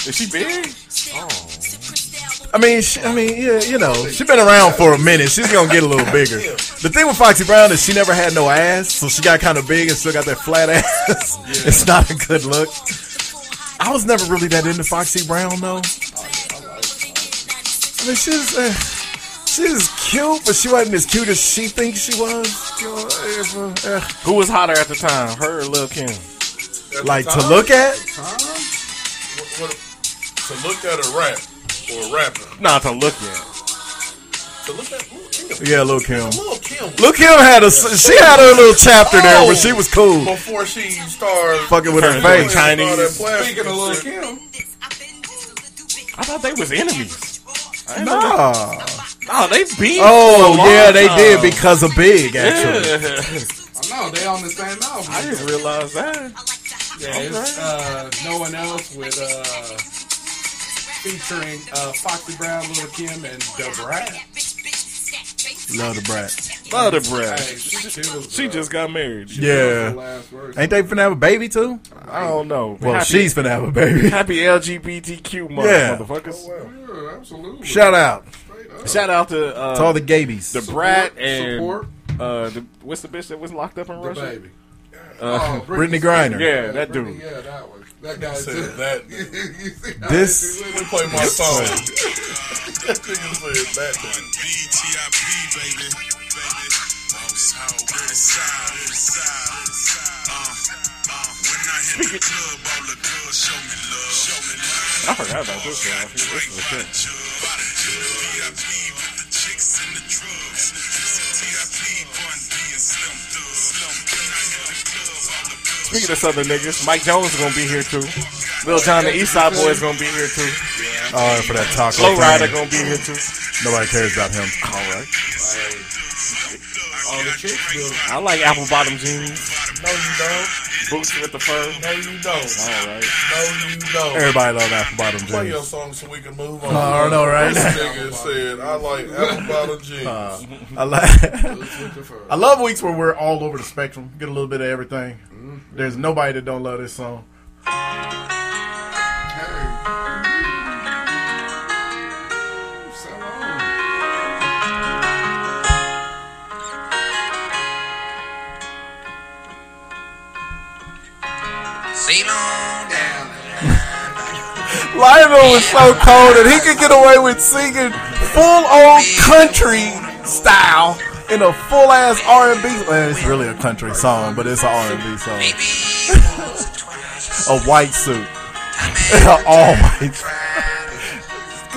Is she big? Oh. I mean, she, I mean, yeah, you know, she's been around for a minute. She's gonna get a little bigger. The thing with Foxy Brown is she never had no ass, so she got kind of big and still got that flat ass. it's not a good look. I was never really that into Foxy Brown though. I mean, she's uh, she's cute, but she wasn't as cute as she thinks she was. You know, uh, uh, Who was hotter at the time, her or Lil Kim? Like to look at? What, what, to look at a rap or a rapper. Not to look at. To look at Lil' Kim. Yeah, Lil Kim. Lil' Kim. Lil Kim had a she had her little chapter there where she was cool. Before she started Fucking with her Turned face. into all that Chinese. plastic Speaking of Lil' shit. Kim, I thought they was enemies. I didn't know Nah. that- Nah, they beat. Oh for a long yeah, they did time. because of Big actually. no, they on the same album. I didn't realize that. Yeah, it's uh, no one else with uh, featuring uh, Foxy Brown, Lil Kim, and The Brat. Love the brat. Love the brat. Hey, she kills, She just got married. Yeah. Ain't they finna have a baby too? I don't know. Well, she's finna have a baby. Happy LGBTQ month, Yeah. motherfuckers. Yeah, absolutely. Shout out Shout out to uh, to all the gabies. the brat Support, and support. uh, the, what's the bitch that was locked up in The Russia? baby. Uh, Oh, Brittany Griner. Yeah, that Brittany, dude. Yeah, that one. That guy Said too. that. You see how This- she Let me look? play my song. that nigga said that. thing. I forgot about this guy. This is a shit. Speaking of Southern niggas, Mike Jones is gonna be here too. Lil John the Eastside Boy is gonna be here too. Uh, All right, for that taco. Low Rider thing. gonna be here too. Nobody cares about him. All right. All the chicks do. I like apple bottom jeans, No, you don't. boots with the fur. No, you don't. All right. No, you don't. Everybody love apple bottom Play your jeans. song so we can move on. I don't know, right? This nigga said, I like apple bottom jeans. I, li- Look the fur. I love weeks where we're all over the spectrum. Get a little bit of everything. Mm-hmm. There's nobody that don't love this song. Hey. So long. Lionel was so cold that he could get away with singing full on country style in a full ass R and B. It's really a country song, but it's an R and B song. a white suit, an all white. suit.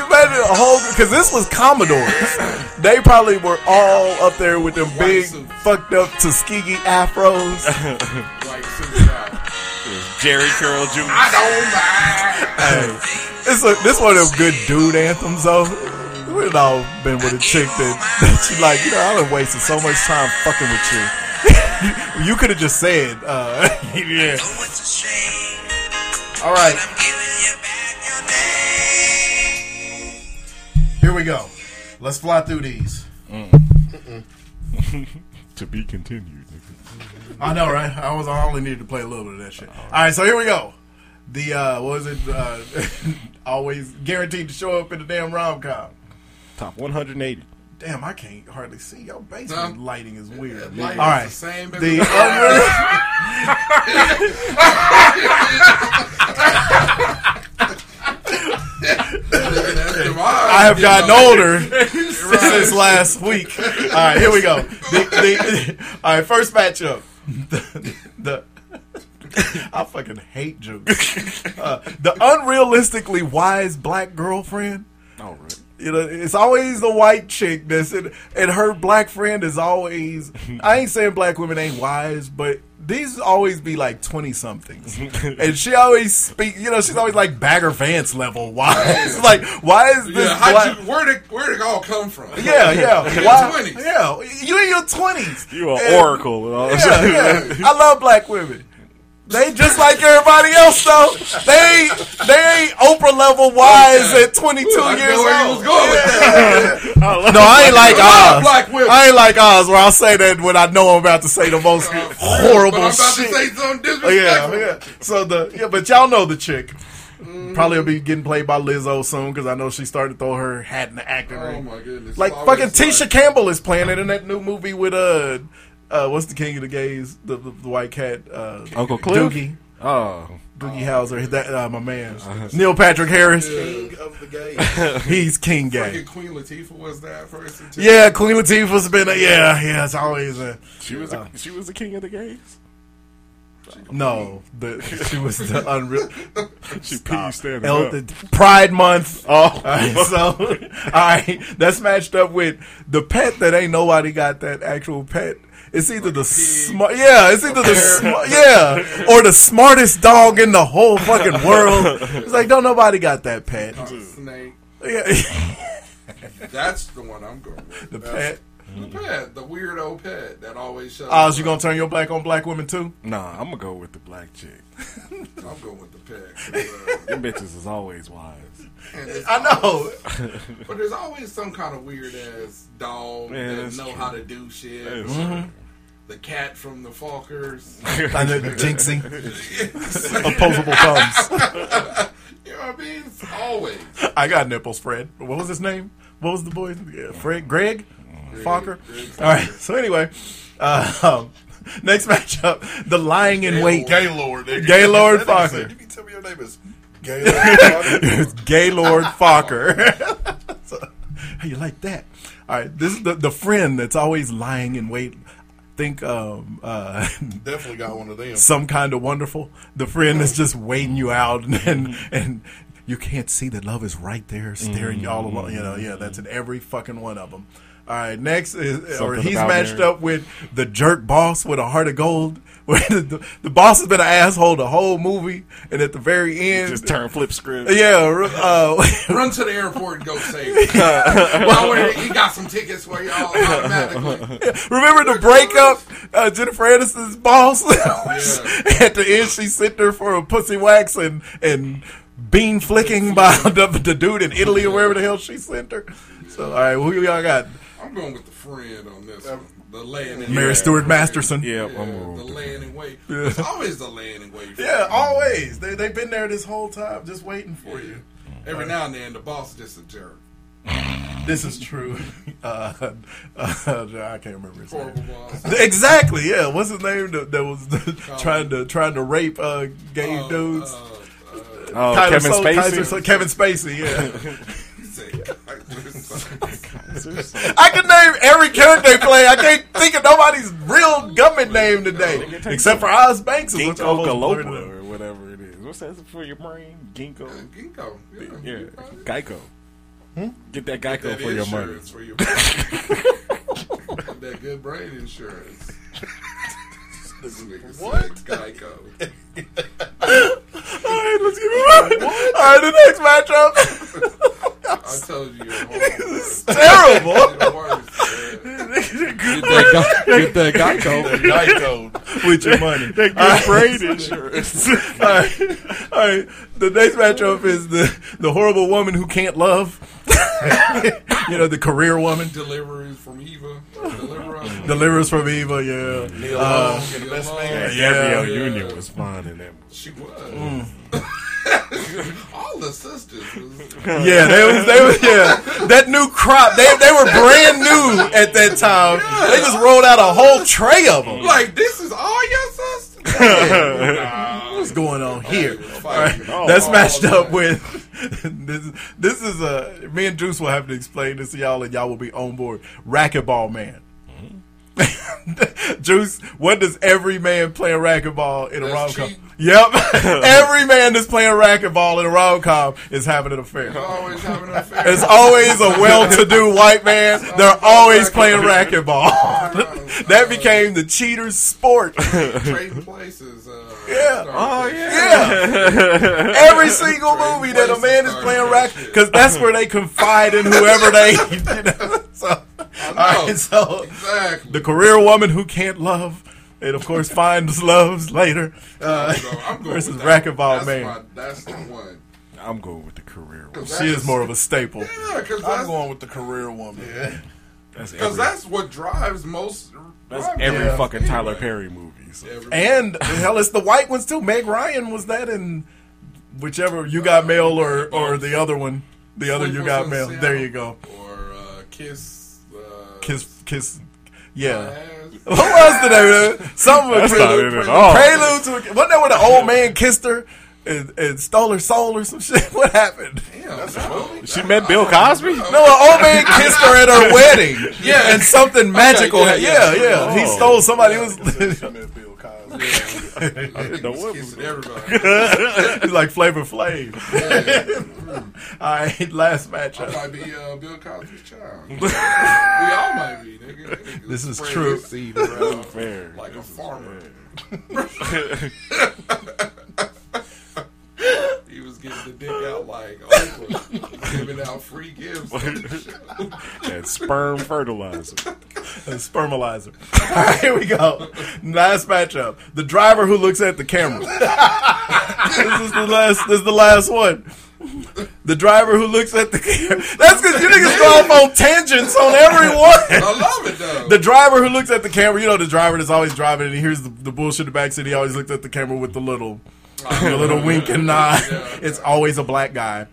Imagine a whole because this was Commodores. They probably were all up there with them big fucked up Tuskegee afros. Like, super out. Jerry Curl Jr. It's a, this one of them good dude anthems though. We'd all been with a chick that, that you like, you know, I've been wasting so much time fucking with you. you could have just said, uh, yeah. All right. Here we go. Let's fly through these. To be continued. nigga. I know, right? I was I only needed to play a little bit of that shit. All right, so here we go. The uh, what was it? Uh, always guaranteed to show up in the damn rom com. Top 180. Damn, I can't hardly see. Your basement Huh? lighting is weird. lighting All right. is the same the everywhere. other- That's the vibe. I have gotten older since last week. All right, here we go. The- the- all right, first matchup. The, the- I fucking hate jokes. Uh, the unrealistically wise black girlfriend. All right. You know, it's always the white chick that's in, and her black friend is always. I ain't saying black women ain't wise, but these always be like twenty somethings, and she always speak. You know, she's always like Bagger Vance level wise. like, why is this Yeah, how'd black? you, where'd, it, where'd it all come from? yeah, yeah. Your Why, 20s. yeah, you in your twenties. You an oracle. and all that Yeah, shit. yeah. I love black women. They just like everybody else though. They they ain't Oprah level wise at 22 I years know where you old. was going with that. No, I ain't like Oz. black women. I ain't like Oz where I'll say that when I know I'm about to say the most But I'm horrible about shit. Oh, to say something yeah, disrespectful. yeah. So the yeah, but y'all know the chick. Probably will be getting played by Lizzo soon because I know she started to throw her hat in the acting Oh, ring. my goodness. Like It's fucking always Tisha like- Campbell is playing it in that new movie with uh, uh what's the king of the gays, the, the, the white cat, uh, Uncle Cliff? Doogie. Oh. Doogie Howser, that uh, my man, Uh-huh. Neil Patrick Harris. King of the gays. He's king gay. Fucking Queen Latifah was that person too. Yeah, Queen Latifah's been a yeah, yeah. It's always a She was uh, a, she was the king of the gays. no. The, she was the unreal. She pee standing El- up. the- Pride Month. Oh. all right, so all right, that's matched up with the pet that ain't nobody got that actual pet. It's either the smart, yeah, it's either the smart, yeah, or the smartest dog in the whole fucking world. It's like don't nobody got that pet. Uh, snake. Yeah. That's the one I'm going with. The pet. That's- The pet. The weirdo pet that always shows Oz, Oh, you up. gonna turn your black on black women too? Nah, I'm gonna go with the black chick. I'm going with the pet. 'cause, uh, Them bitches is always wise. and it's I know. always- but there's always some kind of weird ass dog Yeah, that that's know true. how to do shit. That is true. Mhm. The cat from the Falkers. I know, the jinxing. Yes. Opposable thumbs. you know what I mean? It's always. I got nipples, Fred. What was his name? What was the boy? Yeah, Fred, Greg, Greg. Fokker. Greg Fokker. All right. So anyway, uh, um, next matchup: the lying in wait, Gaylord. nigga. Gaylord That nigga Fokker. said, You can tell me your name is Gaylord. Fokker?" Gaylord Fokker. So, how you like that? All right, this is the, the friend that's always lying in wait. Think um, uh, Definitely got one of them. some kind of wonderful. The friend that's just waiting you out and and, Mm-hmm. and you can't see that love is right there staring you all along. You know, yeah, that's in every fucking one of them. All right, next is or Mm-hmm. Something he's about matched Mary. up with the jerk boss with a heart of gold. Where the, the, the boss has been an asshole the whole movie, and at the very end, Just turn flip script. yeah, ru- uh, Run to the airport and go save it. Y'all were- you got some tickets where y'all automatically. Remember the breakup? Uh, Jennifer Aniston's boss. At the end, she sent her for a pussy wax and and bean flicking by the, the dude in Italy or wherever the hell she sent her. So, all right, who y'all got? I'm going with the friend on this one. The laying in Mary wait. Stuart Masterson. Yeah, I'm Yeah, going the with the- laying in wait. Yeah. It's always the laying in wait. Yeah, always. They they've been there this whole time, just waiting for you. Every now and then, the boss is just a jerk. This is true. Uh, uh, I can't remember his name. Horrible boss. Exactly. Yeah. What's his name that, that was trying to trying to rape uh, gay Oh, dudes? uh, Oh, Tyler Kevin Sol- Spacey. Kaiser Sol- Kevin Spacey. Yeah. he said, I can name every character they play. I can't think of nobody's real government name today, except for Oz Banks. is Ginkgo what the most blurred Galoba one. or whatever it is. What's that for your brain? Ginkgo. Ginkgo. Yeah, you probably- Geico. Hmm? Get that Geico That for your money. insurance for your brain. that good brain insurance. This nigga said What? Geico. All right, let's get it. All right, the next matchup. I told you. You're this is horrible. terrible. You're worse, man. Get that, guy, get that Geico. Geico. With your money. That good brain insurance. All right. All right. The next matchup is the the horrible woman who can't love. you know, the career woman. Deliveries from Eva. Deliver us. Delivers from Eva, yeah. Neil Uh, Long and Best Man. Yeah, Gabrielle Yeah. Union was fine in that movie. She was. All the sisters was Yeah, they was, they was, yeah. That new crop, they, they were brand new at that time. They just rolled out a whole tray of them. Like, like, this is all your sisters? what's going on here? All right, Oh, that's matched all up with this. This is a me and Juice will have to explain this to y'all, and y'all will be on board. Racquetball man. Juice, what does every man playing racquetball in a rom That's com? cheating. Yep, every man that's playing racquetball in a rom com is having an affair. Always having an affair. It's always a well-to-do white man. They're Oh, always playing racquetball. that became the cheater's sport. trading places. Uh, Yeah. Oh Yeah, every single movie that a man is playing racquet because that's where they confide in whoever they. You know? So, all right, so Exactly. the career woman who can't love. And of course, finds loves later uh, So I'm going versus with that. racquetball that's man. My, that's the one. I'm going with the career one. She is more of a staple. Yeah, because I'm that's, going with the career woman. That's every, 'cause that's what drives most. that's rom- every yeah, fucking anyway. Tyler Perry movie. So. Every- And hell, it's the white ones too. Meg Ryan was that in Whichever you got mail or or the other one, the other you got mail. There you go. Or uh, kiss. Uh, Kiss, kiss. Yeah. What was the name? of it? Something. That's with not prelude, it at all. Prelude to a, wasn't that when the old man kissed her and, and stole her soul or some shit? What happened? She met Bill Cosby. No, an old man kissed her at her wedding. Yeah. and something magical. yeah, happened. yeah, yeah. yeah. He Oh. stole somebody else's. know what was kissing everybody. He's like Flavor Flav. All right, last I might matchup. be uh, Bill Cosby's child. we all might be, nigga. Nigga, This is spread true. this seed around Fair. Like a farmer. he was getting the dick out like Oprah, giving out free gifts. and sperm fertilizer. A spermalizer. All right, here we go. Last matchup. The driver who looks at the camera. this is the last. This is the last one. The driver who looks at the camera. That's because you niggas go off on tangents on everyone. I love it though. The driver who looks at the camera, you know, the driver that's always driving and he hears the, the bullshit in the backseat. He always looks at the camera with the little, the little wink and nod. It's always a black guy.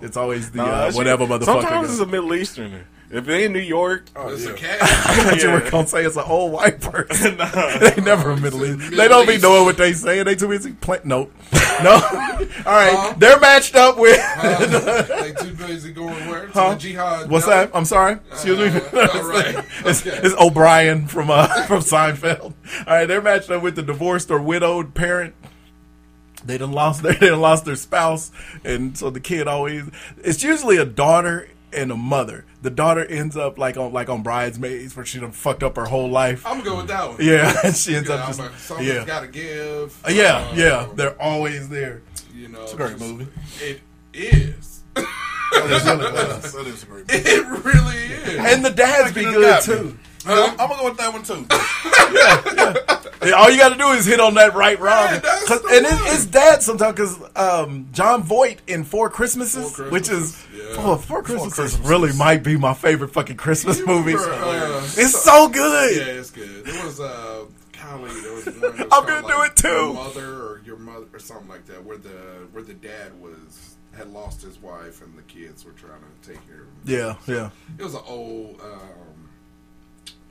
It's always the Nah, uh, that shit- whatever motherfucker. Sometimes guy. it's a Middle Easterner. If they in New York, It's a I cat. thought you were Yeah. gonna say it's an old white person. they never a Middle East. They don't be knowing what they saying. They too busy. Pla- nope. No. All right. They're matched up with. they too busy going where? To Huh? the jihad. What's No. Uh, that? I'm sorry. Excuse me. all right. it's, Okay. it's O'Brien from uh, from Seinfeld. All right. They're matched up with the divorced or widowed parent. They done lost their they done lost their spouse, and so the kid always. It's usually a daughter and a mother. The daughter ends up like on like on bridesmaids, where she done fucked up her whole life. I'm gonna go with that one. Yeah, and she ends Oh. Yeah, up I'm just like, something's yeah, gotta give. Uh, yeah, Uh, yeah. They're always there. You know, It's a great just- movie. It is. That is a great movie. It really is. uh, And the dads be You done good got me. too. I'm, I'm gonna go with that one too. And all you got to do is hit on that right rod, that's 'Cause- the and it's, it's dad sometimes because um, John Voight in Four Christmases, Four which is Christmases, yeah. oh, Four Christmases, really might be my favorite fucking Christmas movie. were, uh, it's so good. Yeah, it's good. There was uh, golly, there was one. that was I'm kinda gonna do like it too. your Mother or your mother or something like that, where the where the dad was had lost his wife and the kids were trying to take care of him. Yeah, yeah. It was an old. Um,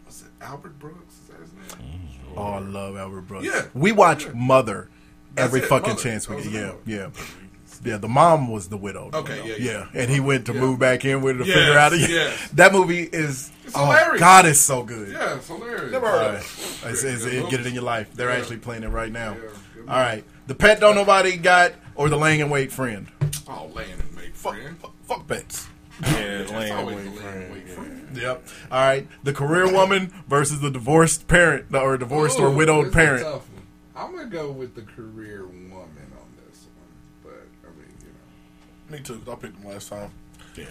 was it Albert Brooks? Is that his name? Oh, I love Albert Brooks. Yeah. we watch Mother That's every it, fucking Mother. chance we That get. was Yeah, it, yeah, yeah. The mom was the widow. Okay, though. yeah, yeah, yeah. And he went to Yeah. move back in with her to Yes, figure out. yes. That movie is It's oh hilarious. god, it's so good. Yeah, it's hilarious. Alright. It's- it's- it- get it in your life. They're Yeah. actually playing it right now. good All right, the pet don't nobody got or the laying in wait friend. Oh, Landon, mate, friend. Fuck, fuck bets. yeah, It's laying always away. the Landon, wait, friend. Yep. All right, the career woman versus the divorced parent or divorced or Ooh, widowed this is a parent. tough one. I'm gonna go with the career woman on this one, but I mean, you know, Me too. 'cause I picked them last time. Yeah.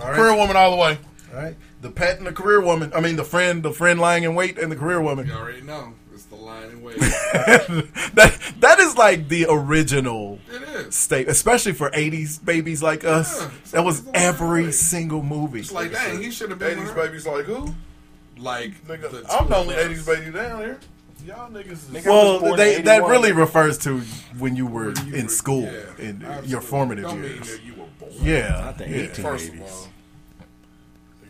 All right. Career woman all the way. All right. The pet and the career woman. I mean, the friend, the friend lying in wait, and the career woman. you already know it's the line and wait. that that is like the original it is. state, especially for '80s babies like us. Yeah. that was It's a every movie. single movie. It's like, dang, he should have been with Eighties her. babies like who? Like, Nigga, the I'm two the of only us. eighties baby down here. Y'all niggas. Is well, born they, in that 81. really refers to when you were When you in were- school yeah, in uh, your absolutely. formative Don't mean years. that you were born. Yeah, I think yeah. 18. First of 80s. all,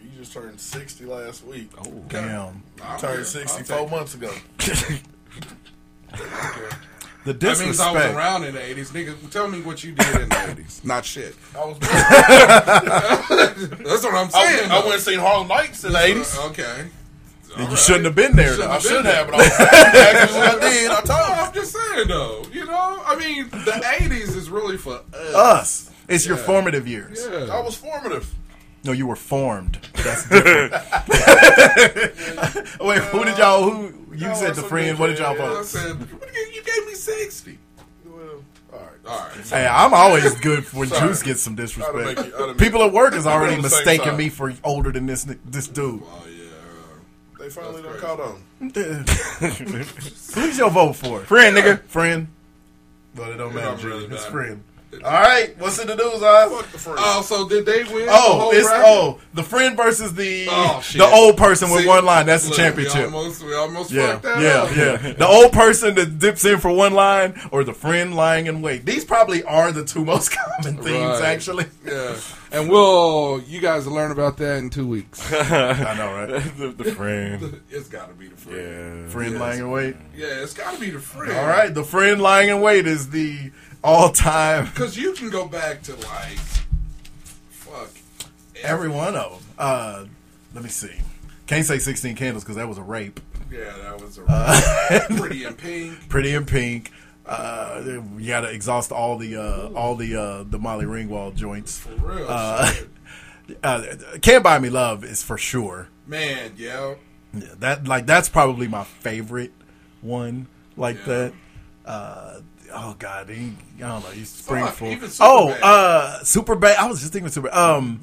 you just turned sixty last week. Oh, Damn. I don't care. turned I'll sixty take four it. months ago. The That means I was disrespect. around in the 80s. Nigga, tell me what you did in the 80s. Not shit. I was. That's what I'm I, I saying. though. went and seen Harlem Nights in the eighties. Uh, okay. You shouldn't have been there. I Though. should have, but I was exactly what I did. I No, told you. I'm just saying though. You know, I mean, the '80s is really for us. Us. It's your Yeah. formative years. Yeah. I was formative. No, you were formed. That's different. Wait, who did y'all? Who you Y'all said are the some friend? What did y'all bitches. I vote? said, "What do you you gave me sixty. Well, all right. All right. Hey, I'm always good when Sorry. Juice gets some I'da make disrespect. you- I'da make People at work is We're on already the same mistaking side. me for older than this ni- this dude. Oh yeah. They finally done That's caught on. Who's your vote for? Friend, nigga. Friend. Well, it don't don't matter. really It's matter. friend. All right, what's in the news, Oz? Oh, so did they win? the Oh, whole it's bracket? oh the friend versus the Oh, shit. the old person with See? one line. That's the Look, championship. We almost, we almost yeah, fucked that yeah, up. yeah. The old person that dips in for one line, or the friend lying in wait. These probably are the two most common themes, Right. actually. Yeah. And we'll you guys will learn about that in two weeks. I know, right? the, the friend, it's got to be the friend. friend Yes. lying in wait. Yeah, it's got to be the friend. All right, the friend lying in wait is the all-time Because you can go back to like, fuck. every one of them. Uh, let me see. Can't say sixteen candles because that was a rape. Yeah, that was a Uh, pretty in pink. Pretty in pink. Uh, you gotta exhaust all the uh, all the uh, the Molly Ringwald joints. For real, Uh, uh, Can't buy me love is for sure. Man, yeah. Yeah, that like that's probably my favorite one like that. Uh, oh god, he, I don't know. He's springful. even Superbad. Oh, uh, super bad. I was just thinking super. Um,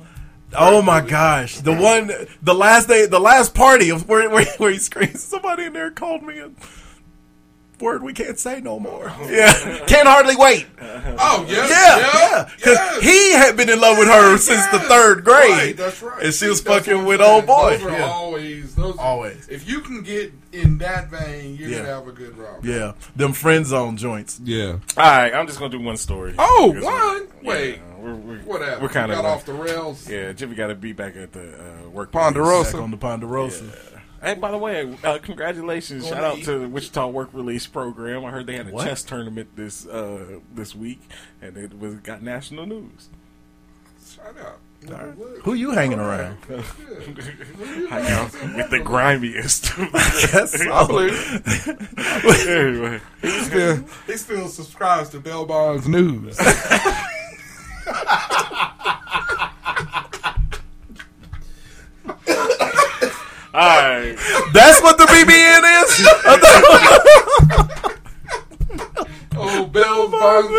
oh my gosh, the one, the last day, the last party of where where, where he screams. Somebody in there called me a word we can't say no more. Yeah, can't hardly wait. Oh yes, yeah, yeah, because he had been in love with her since the third grade. Right, that's right. And she See, was that's what fucking I'm with saying. old boy. Those are Yeah. always those. Always. If you can get in that vein, you're Yeah. gonna have a good rock. Yeah, them friend zone joints. Yeah. All right, I'm just gonna do one story. Oh, Because one. we're- Wait. yeah, we're, we're, Whatever. We're kind of Got off the rails. Yeah, Jimmy got to be back at the uh, work. Ponderosa. Back on the Ponderosa. Hey, by the way, uh, congratulations! Going Shout to out eat. to the Wichita Work Release Program. I heard they had a What? chess tournament this uh, this week, and it was got national news. Shut up. Who you hanging around? Hang out with the grimiest. guess so. anyway, He still, he still subscribes to Bell Bonds News. all right. That's what the BBN is. I thought- oh, Bell Bonds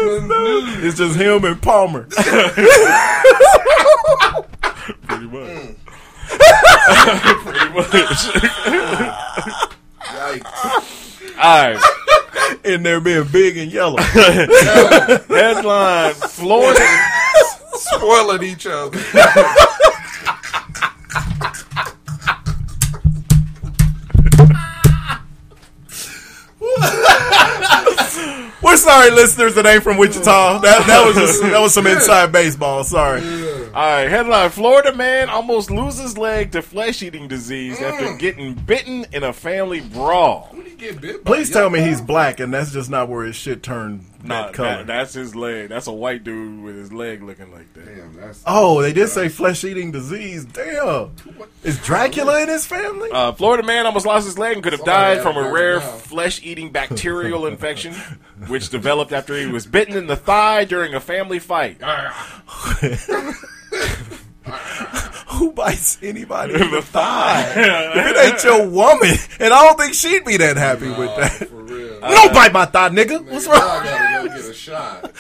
News. it's just him and Palmer. Pretty much. Pretty much. All right. in there being big and yellow. Headline: Florida. Spoiling each other. We're sorry, listeners that ain't from Wichita. That, that was just, that was some inside baseball. Sorry. All right. Headline: Florida man almost loses leg to flesh-eating disease Mm. after getting bitten in a family brawl. When he get bit by Please tell me he's black and that's just not where his shit turned Nah, that color. that- that's his leg. That's a white dude with his leg looking like that. Damn, that's oh, they did say flesh eating disease. Damn. Is Dracula in his family? Uh, Florida man almost lost his leg and could have Somebody died from had a it rare right now. flesh-eating bacterial infection, which developed after he was bitten in the thigh during a family fight. Who bites anybody in the thigh? if it ain't your woman, and I don't think she'd be that happy with that. for real. Don't bite my thigh, nigga. What's Y'all wrong? gotta go get a shot.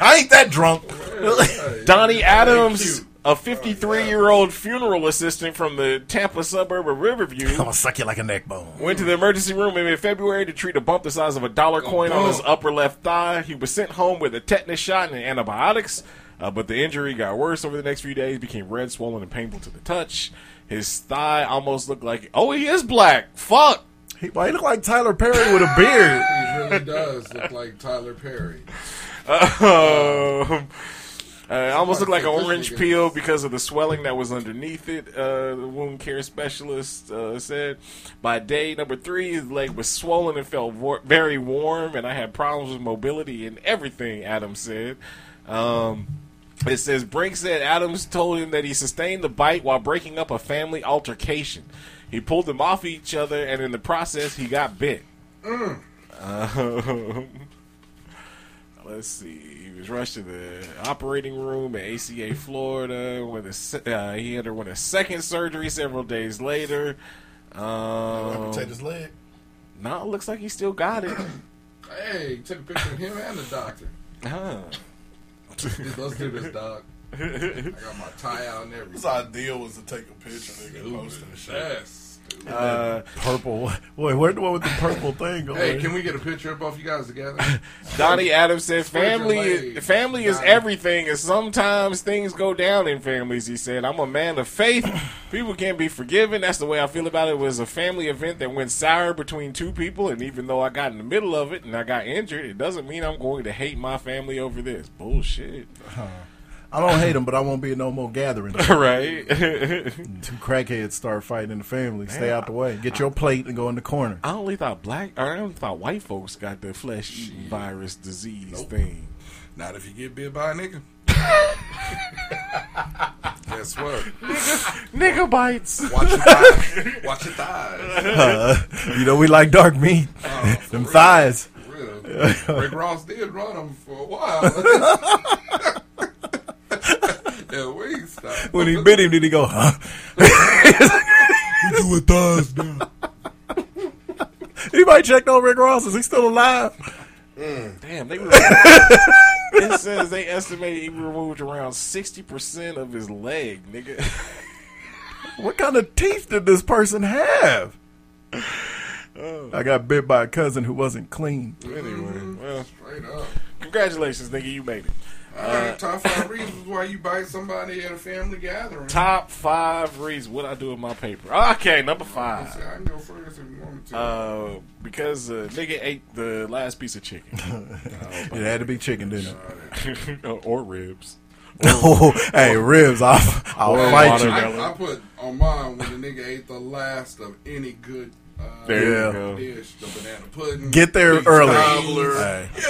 I ain't that drunk. Donnie Adams, a 53-year-old funeral assistant from the Tampa suburb of I'm Riverview, gonna suck you like a neck bone. went to the emergency room in mid-February to treat a bump the size of a dollar coin on his upper left thigh. He was sent home with a tetanus shot and antibiotics, uh, but the injury got worse over the next few days, became red, swollen, and painful to the touch. His thigh almost looked like oh, he is black. Fuck. He, why he look like Tyler Perry with a beard? He really does look like Tyler Perry. Um, uh, it almost looked like an This orange nigga. peel because of the swelling that was underneath it. Uh, the wound care specialist uh, said by day number three, his leg was swollen and felt war- very warm, and I had problems with mobility and everything. Adams said. Um, it says Brink said Adams told him that he sustained the bite while breaking up a family altercation. He pulled them off each other, and in the process, he got bit. Um, Let's see. He was rushed to the operating room at ACA Florida. When the se- uh, he underwent a second surgery several days later. Um, Potato's leg. no, it looks like he still got it. Hey, took a picture of him and the doctor. huh. Let's do this, doc. I got my tie out and everything. His idea was to take a picture and get posted and shit. Yes. Uh, purple. Wait, where the one with the purple thing? Hey, can we get a picture of both you guys together? Donnie Adams said, Spread your "Family, legs. is, family is Donnie. everything, and sometimes things go down in families." He said, "I'm a man of faith. People can be forgiven. That's the way I feel about it. It was a family event that went sour between two people, and even though I got in the middle of it and I got injured, it doesn't mean I'm going to hate my family over this bullshit." I don't hate them, but I won't be in no more gatherings. Right. Two crackheads start fighting in the family. Stay Man, out the way. Get your plate and go in the corner. I only thought black, or I only thought white folks got the flesh eating virus disease thing. Not if you get bit by a nigga. Guess what? Nigga bites. Watch your thighs. Watch your thighs. Uh, you know we like dark meat. Oh, for Them real. thighs. For real. Rick Ross did run him for a while. yeah, we stopped. when he bit him, did he go, huh? You doing thighs now. Anybody checked on Rick Ross? Is he still alive? Damn, they. it says they estimated he removed around sixty percent of his leg, nigga. What kind of teeth did this person have? Oh. I got bit by a cousin who wasn't clean. Anyway, well, Straight up. Mhm. congratulations, nigga, you made it. All right, Uh, top five reasons why you bite somebody at a family gathering. Top five reasons what I do with my paper. Ah, Okay, number I five. can go first if you want me to. Uh, because uh, nigga ate the last piece of chicken. Oh, It had to be chicken, didn't or ribs. it? Oh, hey, ribs, I'll, I'll Or fight you. watermelon. I, I put on mine when the nigga ate the last of any good. Uh, There you Yeah. go. Dish, the banana pudding. Get there the early. cobbler. Hey. Yeah,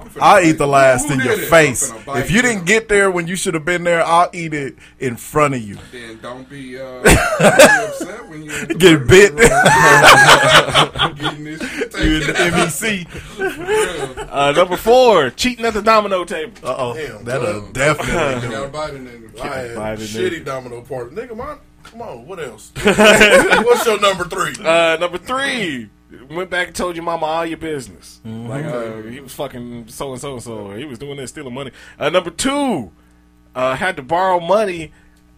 I'm finna I'll bite eat the you. last Who in did your it? I'm face. finna bite If you didn't get there when you should have been there, I'll eat it in front of you. then don't be, uh, don't be upset when you at the Get burger bit. restaurant. Getting this shit You in the E taken out. MEC. For real. Uh, number four, cheating at the domino table. Uh oh, Damn, that'll damn. definitely You do gotta it. bite a nigga. I had Biden shitty nigga. domino party. Nigga, mine. Come on, what else? What's your number three? Uh, number three, went back and told your mama all your business. Like uh, he was fucking so and so and so. He was doing this, stealing money. Uh, number two, uh, had to borrow money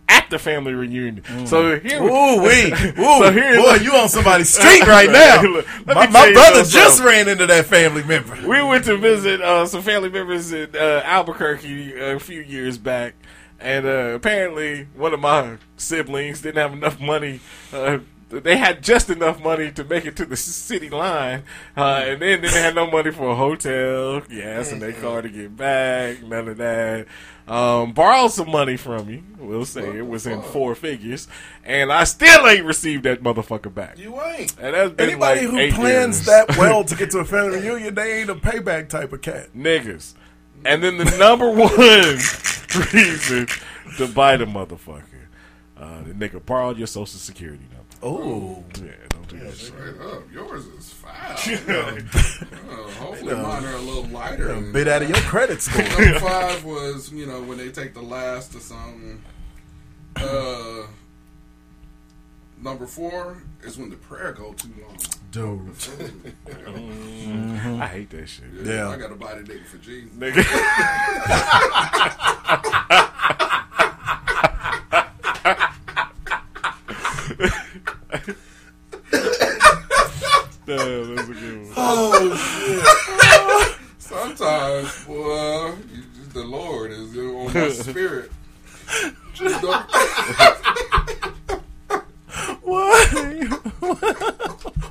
at the family reunion. So here, Ooh wee, ooh, So here- boy, you on somebody's street right now. Look, my let me tell my you brother something. just ran into that family member. we went to visit uh, some family members in uh, Albuquerque a few years back, and uh, apparently one of my siblings didn't have enough money. Uh, they had just enough money to make it to the c- city line, uh, Mm. and then they had no money for a hotel, gas, and their Mm-hmm. car to get back. None of that. Um, borrowed some money from you. We'll say it was in four figures, and I still ain't received that motherfucker back. You ain't. And that's been Anybody like who eight plans years. that well to get to a family reunion, they ain't a payback type of cat. niggas. And then the number one reason to bite a motherfucker, uh, the nigga borrowed your social security number. Oh, Yeah, don't do that shit. Straight up, yours is foul. Uh, hopefully mine are a little lighter. a than bit out of your credit score. Number five was, you know, when they take the last or something. Uh, number four is when the prayer go too long. Dude, Mm-hmm. I hate that shit. Yeah. I got to buy the nigga for Jesus. Nigga. Damn, that's a good one. Oh, Sometimes, boy, you just, the Lord is on my spirit. Just go- why?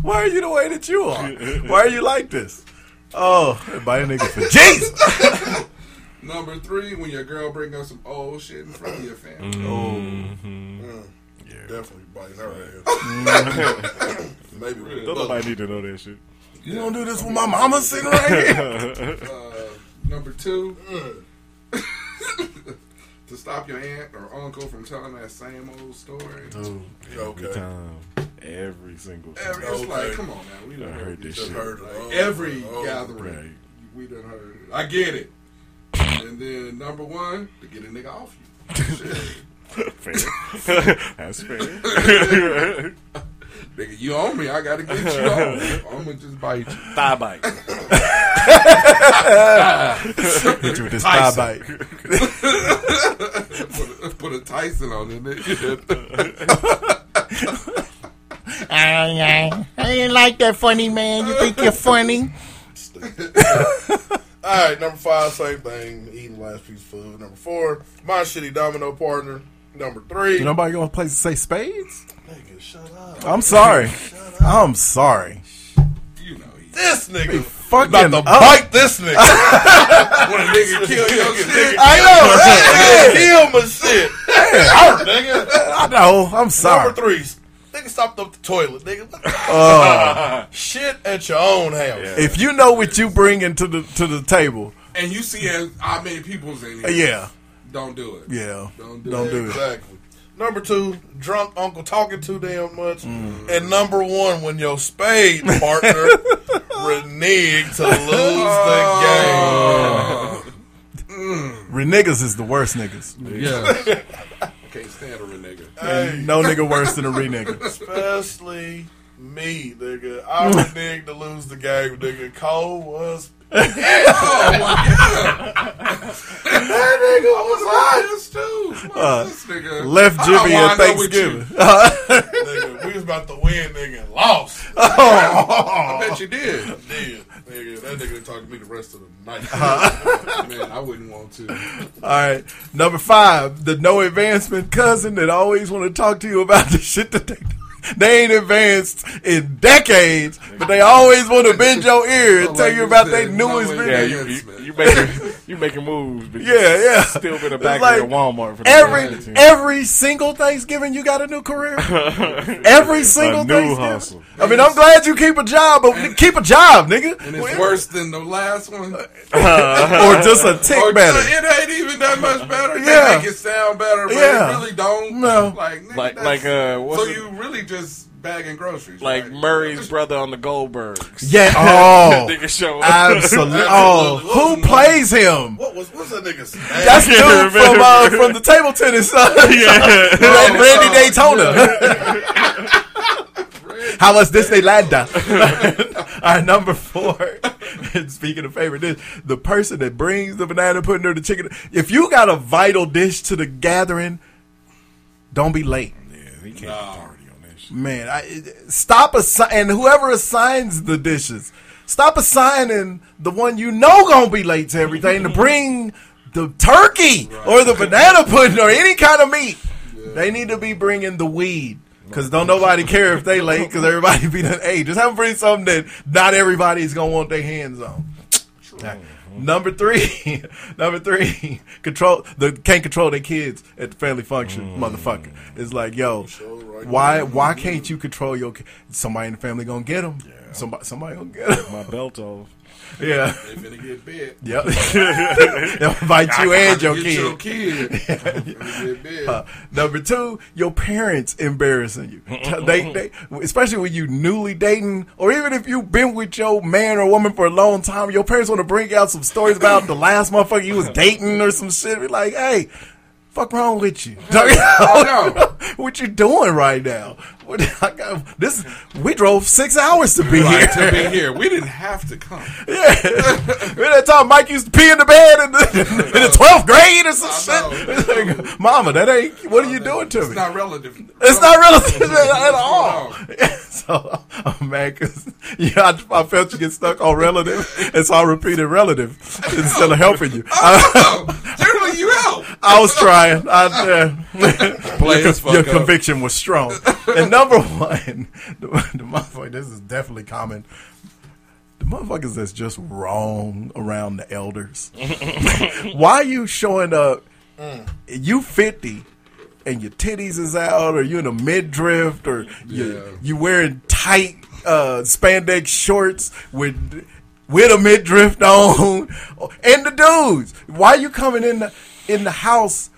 Why are you the way that you are? Why are you like this? Oh, buy a nigga for Jesus. Number three, when your girl bring up some old shit in front of your family. Mm-hmm. Mm-hmm. Mm. Definitely biting her ass. Maybe with Don't both. nobody need to know that shit. You don't do this with my mama sitting right here. Uh, number two, Mm. to stop your aunt or uncle from telling that same old story. Mm-hmm. Every Okay. time. Every single time. Every, it's like, Okay. come on now, we I done heard heard this this. Just shit. heard it. Like, Oh, every oh, gathering, Right. we done heard it. I get it. And then number one, to get a nigga off you. Shit. Fair. That's fair. nigga, you own me. I gotta get you off. I'm gonna just bite you. Thigh bite. Hit you with this thigh bite. Put a, put a Tyson on it. nigga. I ain't like that funny man. You think you're funny? All right, number five, same thing. Eating the last piece of food. Number four, my shitty domino partner. Number three, Did nobody go to place to say spades? nigga, shut up. I'm sorry. I'm sorry. This nigga, fucking about to up. bite this nigga. when a nigga kill your shit, I know. Nigga, kill my shit. nigga. I know. I'm sorry. Number three, nigga stopped up the toilet, nigga. Oh. shit at your own house. If you know what you bring into the to the table, And you see as how many people's in here. Yeah. Don't do it. yeah, Don't don't do do, it. it. Exactly. Number two, drunk uncle talking too damn much. Mm. And number one, when your spade partner reneged to lose the game. Reneggas is the worst niggas. Can't stand a renegade. Ain't no nigga worse than a renegga. Especially me, nigga. I reneged to lose the game, nigga. Cole was. that nigga was too. Uh, nigga. left I don't Jimmy wanna at know what Thanksgiving. you- nigga, we was about to win, nigga, and lost. Oh. I bet you did. Did. Nigga, that nigga talked to me the rest of the night. Uh-huh. Man, I wouldn't want to. All right, number five, the no advancement cousin that always want to talk to you about the shit that they they ain't advanced in decades, but they always want to bend your ear and tell you about their newest Yeah, video. you, you, you making you making moves, but you Yeah, yeah. Still been a It's back like at Walmart for the every last 10. every single Thanksgiving. You got a new career. every single A new Thanksgiving. hustle. I mean, I'm glad you keep a job, but keep a job, nigga. And it's worse than the last one. Uh-huh. Or just a tick Or ju- better. It ain't even that much better. They Yeah. make it sound better, but Yeah. it really don't. No. Like, nigga, Like- that's- like, uh, what's so it- you really just bagging groceries. like Murray's brother on the Goldbergs. Yeah. Oh, nigga show up. absolutely. Oh, who plays him? What was what's that nigga's name? That's dude from uh, from the table tennis. uh, yeah, Randy Daytona. How was this Landa? Our number four. and speaking of favorite dish, the person that brings the banana pudding or the chicken. If you got a vital dish to the gathering, don't be late. He can't Man, I, stop assi- and whoever assigns the dishes, stop assigning the one you know gonna be late to everything to bring the turkey or the banana pudding or any kind of meat. They need to be bringing the weed because don't nobody care if they late because everybody be done. Hey, just have them bring something that not everybody's gonna want their hands on. Now, Mm-hmm. Number three, number three, control the can't control their kids at the family function, motherfucker. It's like, yo, why why can't you control your? ki- Somebody in the family gonna get them. Somebody somebody gonna get them. My belt off. Yeah. They finna get bit. Yep. They'll bite you I- I and your get kid. your kid. Yeah. Finna get bit. Uh, number two, your parents embarrassing you. they, they, especially when you newly dating, or even if you've been with your man or woman for a long time, your parents want to bring out some stories about the last motherfucker you was dating or some shit. Be like, hey, fuck wrong with you? Oh, what you doing right now? What, I got, this we drove six hours to be Like, here. to be here. We didn't have to come. Yeah. Remember that time Mike used to pee in the bed in the, in the 12th grade or some shit? It's like, Mama, that ain't, what are you doing to me? It's not relative. It's not relative at all. so I'm mad because yeah, I, I felt you get stuck on relative, and so I repeated relative instead of helping you. I, Generally, you help. I was trying. I, uh, Play your this fuck your up. conviction was strong. And number one, the, the motherfucker, this is definitely common. The motherfuckers that's just wrong around the elders. Why you showing up? Mm. You fifty, and your titties is out, or you in a midriff, or you you wearing tight uh, spandex shorts with with a midriff on, and the dudes. Why you coming in the, in the house?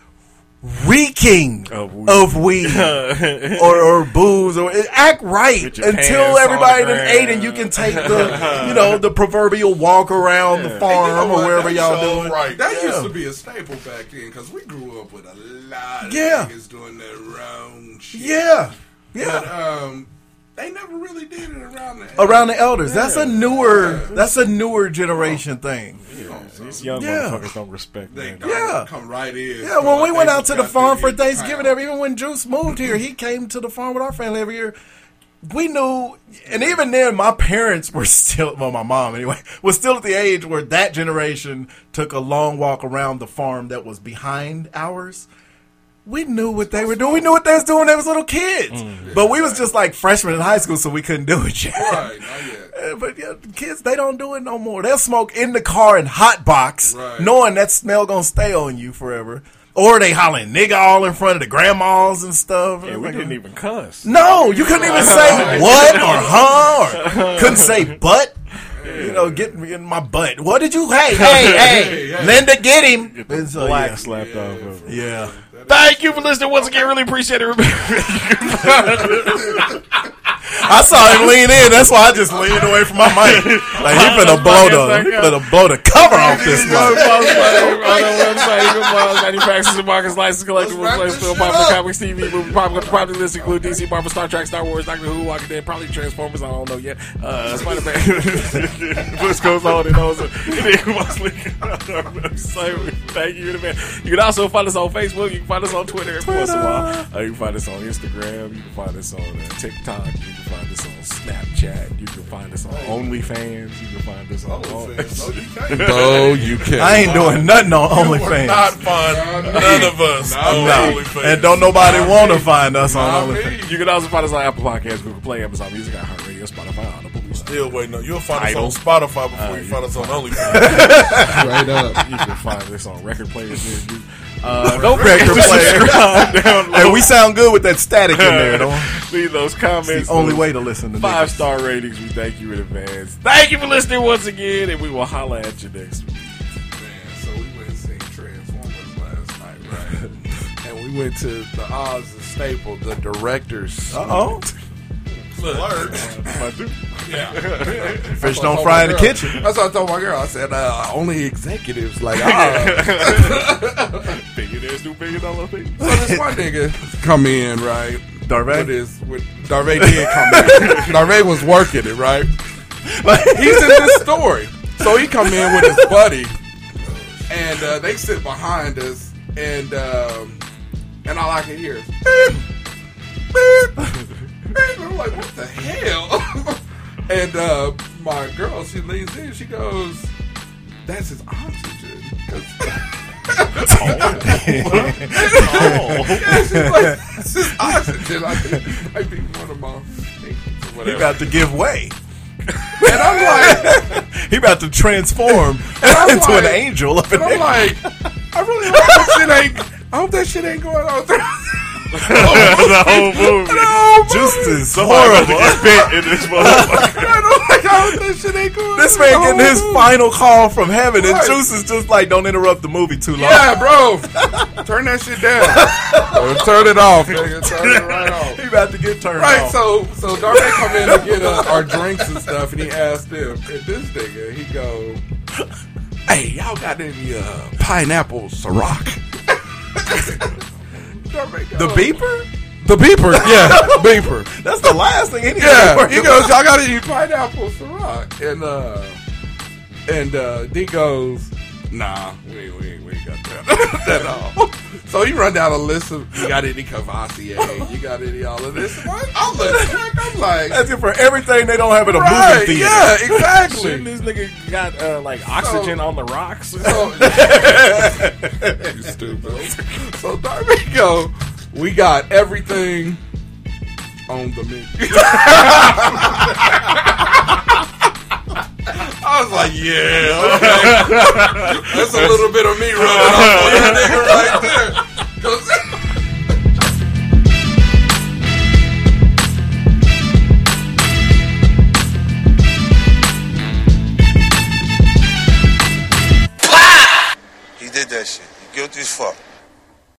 Reeking of weed, or, or booze, or act right Get your pants on until the everybody done ground. ate and you can take the you know the proverbial walk around the farm or wherever y'all doing. Right. That Yeah. used to be a staple back then because we grew up with a lot of Yeah. niggas doing their wrong shit. Yeah. Yeah. But, um, they never really did it around the around the elders. That's a newer that's a newer generation thing. These young Yeah. motherfuckers don't respect that. Yeah. Come right in. Yeah, when we went out to the farm for Thanksgiving, every- even when Juice moved here, he came to the farm with our family every year. we knew, and even then, my parents were still, well, my mom anyway, was still at the age where that generation took a long walk around the farm that was behind ours. We knew what they were doing. We knew what they was doing. when They was little kids, but we was just like freshmen in high school, so we couldn't do it yet. Uh, But yeah, kids, they don't do it no more. They'll smoke in the car and hot box, knowing that smell gonna stay on you forever. Or they hollering nigga all in front of the grandmas and stuff. Yeah, we didn't e- even cuss. No, you couldn't even say what or huh or couldn't say butt. You know, get me in my butt. What did you? Hey, hey, hey, Linda, get him. And so, Black yeah. slapped off of him. Yeah. Thank you for listening once again. Really appreciate it. I saw him lean in. That's why I just leaned away from my mic. Like he finna blow the he finna blow the cover off this Go to mic. Bob's Burgers on the website. You can buy us manufacturers and markets licensed collectibles, play store, popular comics, TV, movie, pop culture, popular list include DC, Marvel, Star Trek, Star Wars, Doctor Who, Walking Dead, probably Transformers. I don't know yet. Uh, Spider Man. List goes on and on. So, anyway, mostly on our website. Thank you, in advance. You can also find us on Facebook. You can find us on Twitter every once in a while. Uh, you can find us on Instagram. You can find us on uh, TikTok. You can find us on Snapchat. You can find us on OnlyFans. You can find us on Oh. Oh, OnlyFans. No, you can't. I ain't doing nothing on OnlyFans. Not fun. None of us. on Nah. OnlyFans. And don't nobody want to find us on OnlyFans. You can also find us on Apple Podcasts, Google Play, Amazon Music, iHeartRadio, Spotify, Audible. Still waiting on you'll find Title. us on Spotify before Uh, you find us on OnlyFans. Right up. You can find this on record players near you. Uh, No don't forget record to subscribe, player. download. Hey, we sound good with that static in there, though. Leave those comments. It's the only way to listen to five star ratings. We thank you in advance. Thank you for listening once again, and we will holla at you next week. So we went and seen Transformers last night, right? and we went to the Oz and Staple, the directors. Uh-oh. Yeah. Fish don't fry in the kitchen. That's what I told my girl. I said, uh, only executives like uh, ah. Billionaires do billion dollar things. So this one nigga come in, right? Darvay? What is what Darvay did come in. Darvay was working it, right? He's in this story. So he come in with his buddy and uh, they sit behind us and um, and all I can hear is beep, beep, beep. I'm like, what the hell? and uh, my girl, she leans in, she goes, That's his oxygen. 'Cause- Yeah, she's like, this is oxygen. I think he might be one of my favorites or He whatever. about to give way. And I'm like, He about to transform I'm into an like- angel up in and I'm there. like, I really hope that shit ain't. I hope that shit ain't going on. through- the whole movie. Just as horrible. Like, I hope that shit ain't going. on Oh. This through the man getting whole his movie. final call from heaven, and Right. Juice is just like, don't interrupt the movie too long. Yeah, bro. Turn that shit down. Or turn it off, nigga. Turn it right off. He about to get turned right, off. so so Darvay come in to get uh, our drinks and stuff, and he asked them, and this nigga, he go, "Hey, y'all got any uh, pineapple Ciroc?" Darvay go, the beeper? The beeper, yeah, beeper. That's the last thing he needs to Yeah, worry he goes, about. "Y'all got any pineapple Ciroc?" And uh, and uh, D goes, "Nah, we ain't- we ain't- we ain't got that at all." So he run down a list of you got any Cavassier, you got any all of this. I'm looking back, I'm like, Asking for everything they don't have in a Right, movie theater. yeah, exactly. Shouldn't this nigga got uh, like oxygen on the rocks? or something? you stupid. So Darby go, we got everything on the menu. I was like, yeah, okay. That's a little bit of me running off on that nigga